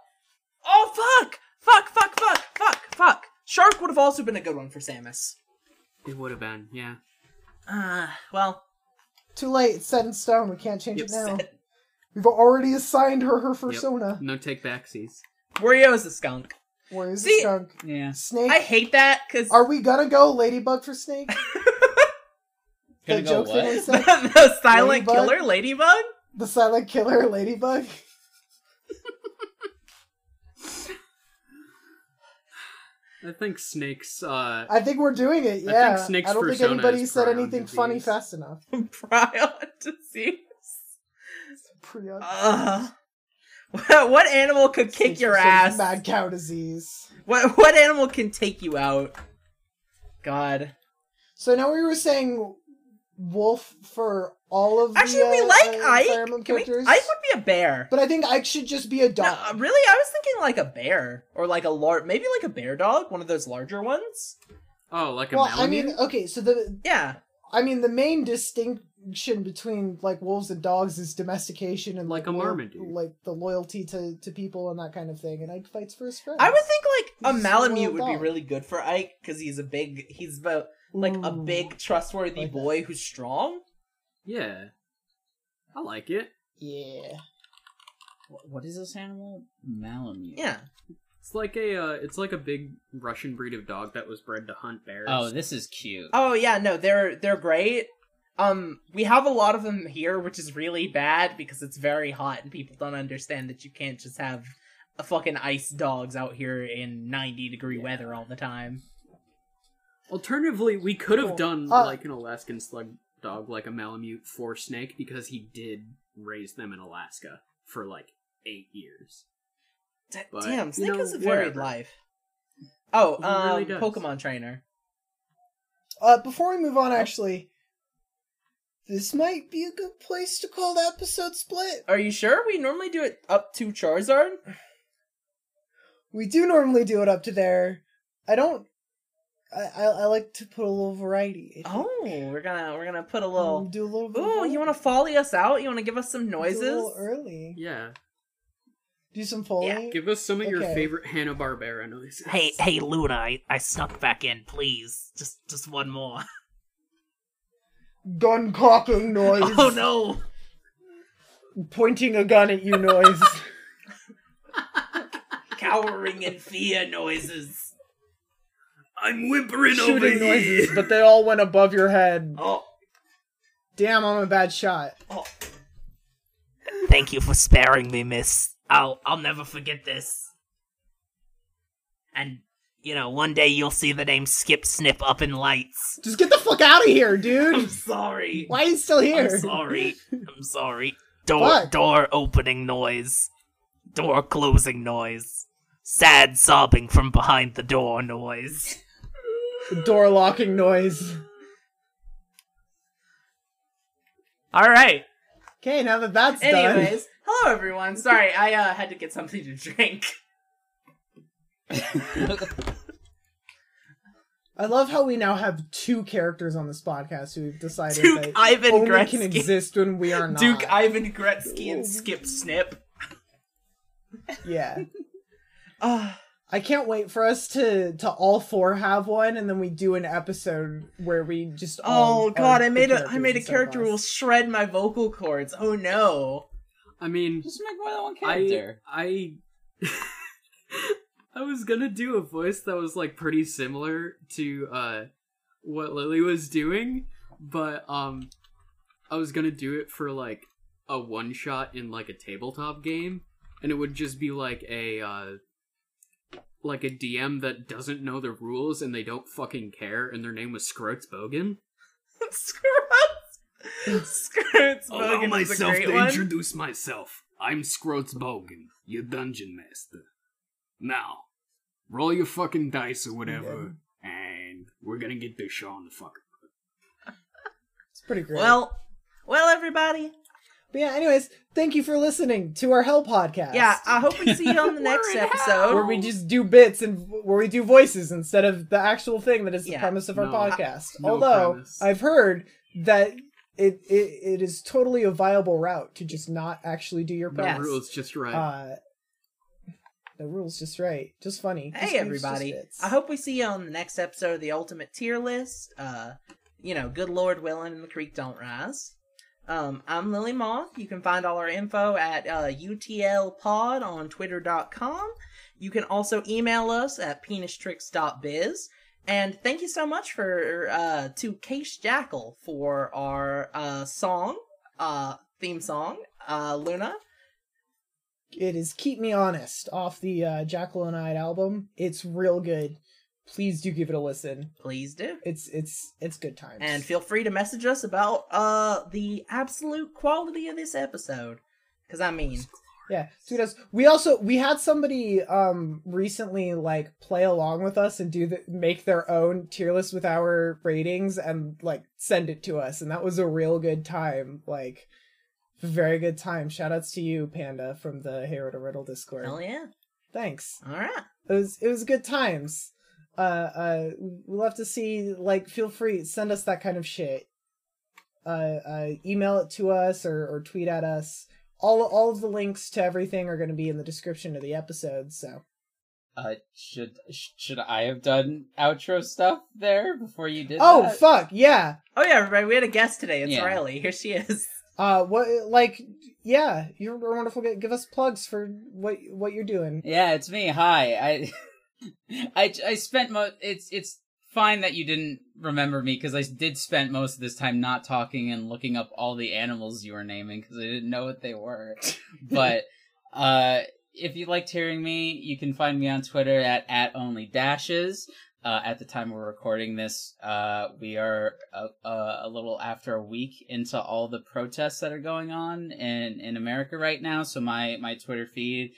Oh fuck! Fuck, fuck, fuck, fuck, fuck. Shark would have also been a good one for Samus.
It would have been, yeah.
Uh, well,
Too late. It's set in stone. We can't change
yep,
it now.
set.
We've already assigned her her persona.
No take backsies.
Wario is a skunk.
Where is
See-
the skunk?
Yeah.
Snake?
I hate that because
Are we gonna go ladybug for snake? the
Gonna go
joke that I
what?
said?
the, the silent
Ladybug?
killer ladybug.
The silent killer ladybug?
I think snakes. Uh,
I think we're doing it,
think
yeah. I,
snake's
don't think
persona
anybody
is
said
prion
anything funny
disease.
fast enough.
Prion disease.
Prion-
Ugh. What, what animal could Uh, kick
Snake's
your
persona is
ass?
Mad cow disease.
What what animal can take you out? God.
So now we were saying wolf for all of
Actually,
the,
we
uh,
like
uh,
Ike.
Fire Emblem
Can we, Ike
characters.
would be a bear.
But I think Ike should just be a
No,
dog.
uh, really, I was thinking like a bear or like a large, maybe like a bear dog, one of those larger ones.
oh, like a
well, I
Malamute?
mean, okay, so the
Yeah,
I mean the main distinction between like wolves and dogs is domestication and
Like
the
a
loyal-
Marmaduke.
like the loyalty to to people and that kind of thing. And Ike fights for his friends.
I would think like a
He's a wild
Malamute would be
dog.
really good for Ike because he's a big, he's about like a
Ooh.
big trustworthy
Like that.
boy who's strong.
yeah. I like it.
Yeah.
Wh- What is this animal? Malamute.
Yeah,
It's like a uh, it's like a big Russian breed of dog that was bred to hunt bears.
Oh, this is cute.
Oh yeah, no, they're they're great. Um, we have a lot of them here, which is really bad because it's very hot and people don't understand that you can't just have a fucking ice dogs out here in ninety degree weather all the time.
Alternatively, we could have
Cool.
done
Uh,
like an Alaskan slug dog, like a Malamute for Snake, because he did raise them in Alaska for like eight years.
D-
But,
Damn,
you
Snake
know,
has a varied
whatever.
life. Oh,
He
um,
really does.
Pokemon trainer.
Uh, before we move on, actually, this might be a good place to call the episode split.
Are you sure we normally do it up to Charizard?
We do normally do it up to there. I don't. I I, I like to put a little variety.
Oh, we're gonna we're gonna put a
Um,
little.
do a little.
Mm.
Ooh,
variety.
you want to folly us out? You want to give us some
Do a little
noises?
early.
Yeah,
Do some foley.
give us some of your
Okay.
favorite Hanna Barbera noises.
Hey, hey, Luna, I, I snuck back in. Please, just just one more.
Gun cocking noise.
Oh no!
Pointing a gun at you noise.
Cowering in fear noises.
I'm whimpering over
Shooting noises,
here.
but they all went above your head.
Oh,
Damn, I'm a bad shot.
thank you for sparing me, miss. I'll I'll never forget this. And you know, one day you'll see the name Skip Snip up in lights.
Just get the fuck out of here, dude.
I'm sorry.
Why are you still
I'm
here?
sorry. I'm sorry. Door
What?
door opening noise. Door closing noise. Sad sobbing from behind the door noise.
Door locking noise.
All right.
Okay, now that that's done.
Anyways, hello everyone. Sorry, I uh, had to get something to drink.
I love how we now have two characters on this podcast who've decided
Duke
that
Ivan
only
Gretzky.
can exist when we are not.
Duke Ivan Gretzky and Skip Snip.
yeah.
Uh,
I can't wait for us to to all four have one, and then we do an episode where we just. all
oh god,
are
I made
the
a I made
characters instead
a
of
character who will
us.
shred my vocal cords. Oh no.
I mean,
Just make more than one
I
character.
I I was gonna do a voice that was like pretty similar to uh what Lily was doing, but um I was gonna do it for like a one shot in like a tabletop game, and it would just be like a uh like a DM that doesn't know the rules and they don't fucking care, and their name was Scroats Bogan.
Scroots. Scroots Bogan
Allow
is a
Oh, myself
great
to
one.
introduce myself. I'm Scroats Bogan, your dungeon master. Now, roll your fucking dice or whatever, and we're gonna get this show on the fuck.
It's pretty great.
Well, well everybody.
but yeah. Anyways, thank you for listening to our Hell podcast.
Yeah, uh, I hope we see you on the next episode.
Where we just do bits and where we do voices instead of the actual thing that is the
Yeah.
premise of
No.
our podcast.
No
Although
premise.
I've heard that it, it it is totally a viable route to just not actually do your
No
premise.
rules, just right.
Uh, the rules just right, just funny. Just
Hey
memes, just
everybody.
bits.
I hope we see you on the next episode of the Ultimate Tier List. Uh you know, good lord willing and the creek don't rise. Um, I'm Lily Moth. You can find all our info at uh, UTLpod on twitter.com. You can also email us at penistricks.biz. And thank you so much for uh, to Case Jackal for our uh, song, uh, theme song, uh, Luna.
It is Keep Me Honest off the uh, Jacqueline Eyed album. It's real good. Please do give it a listen.
Please do.
It's it's it's good times.
And feel free to message us about uh, the absolute quality of this episode. Because, I mean,
Yeah, tweet us. We also we had somebody um recently like play along with us and do the, make their own tier list with our ratings and like send it to us, and that was a real good time. Like, very good time. Shout outs to you, Panda, from the Hero to Riddle Discord.
hell yeah.
Thanks.
All right.
It was it was good times. Uh, uh, we love to see. Like, feel free send us that kind of shit. Uh, uh, email it to us or or tweet at us. All all of the links to everything are going to be in the description of the episode. So
Uh, should sh- should I have done outro stuff there before you did?
oh
that?
fuck yeah.
Oh, yeah, everybody. We had a guest today. It's
Yeah.
Riley. Here she is.
Uh, what like yeah, you're a wonderful. guy. Give us plugs for what what you're doing.
Yeah, it's me. Hi. I I I spent most it's it's fine that you didn't remember me cuz I did spend most of this time not talking and looking up all the animals you were naming cuz I didn't know what they were. but uh if you liked hearing me, you can find me on Twitter at, at only dashes. Uh, at the time we're recording this, uh, we are a, a, a little after a week into all the protests that are going on in, in America right now. So my, my Twitter feed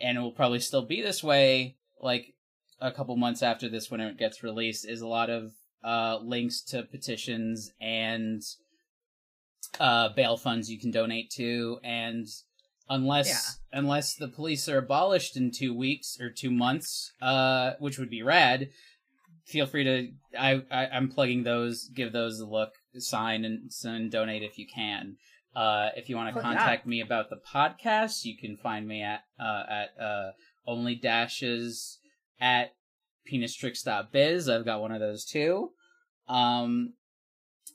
and it will probably still be this way like a couple months after this when it gets released is a lot of uh links to petitions and uh bail funds you can donate to and unless unless the police are abolished in 2 weeks or 2 months uh which would be rad feel free to I, I i'm plugging those give those a look sign and, and donate if you can uh, if you want to
Oh, yeah.
contact me about the podcast, you can find me at uh, at uh, only dashes at penistricks.biz. I've got one of those too. Um,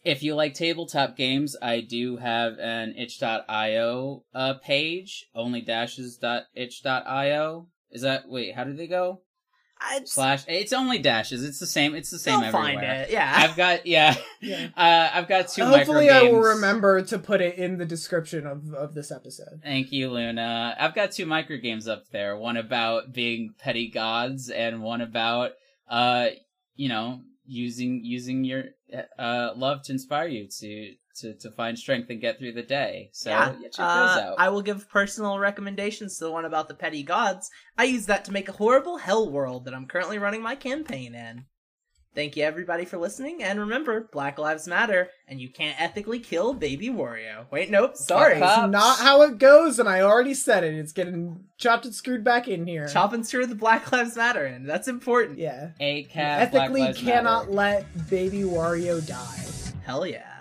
if you like tabletop games, I do have an itch.io uh, page, only dashes.itch.io. Is that wait? How did they go?
I just,
Slash. It's only dashes. It's the same. It's the same
You'll
everywhere.
find it. Yeah.
I've got yeah.
Yeah.
Uh, I've got two.
Hopefully, I will
microgames.
remember to put it in the description of of this episode.
Thank you, Luna. I've got two micro games up there. One about being petty gods, and one about, uh, you know, using using your uh love to inspire you to to to find strength and get through the day. So yeah, check those
Uh,
out.
I will give personal recommendations to the one about the petty gods. I use that to make a horrible hell world that I'm currently running my campaign in. Thank you everybody for listening, and remember, Black Lives Matter, and you can't ethically kill baby Wario. Wait, nope, sorry.
Fuck
It's
Ups.
not how it goes, and I already said it. It's getting chopped and screwed back in here.
Chop and screw the Black Lives Matter in. That's important.
Yeah.
A
You
cat
ethically
Black Lives
cannot
Matter.
let baby Wario die.
Hell yeah.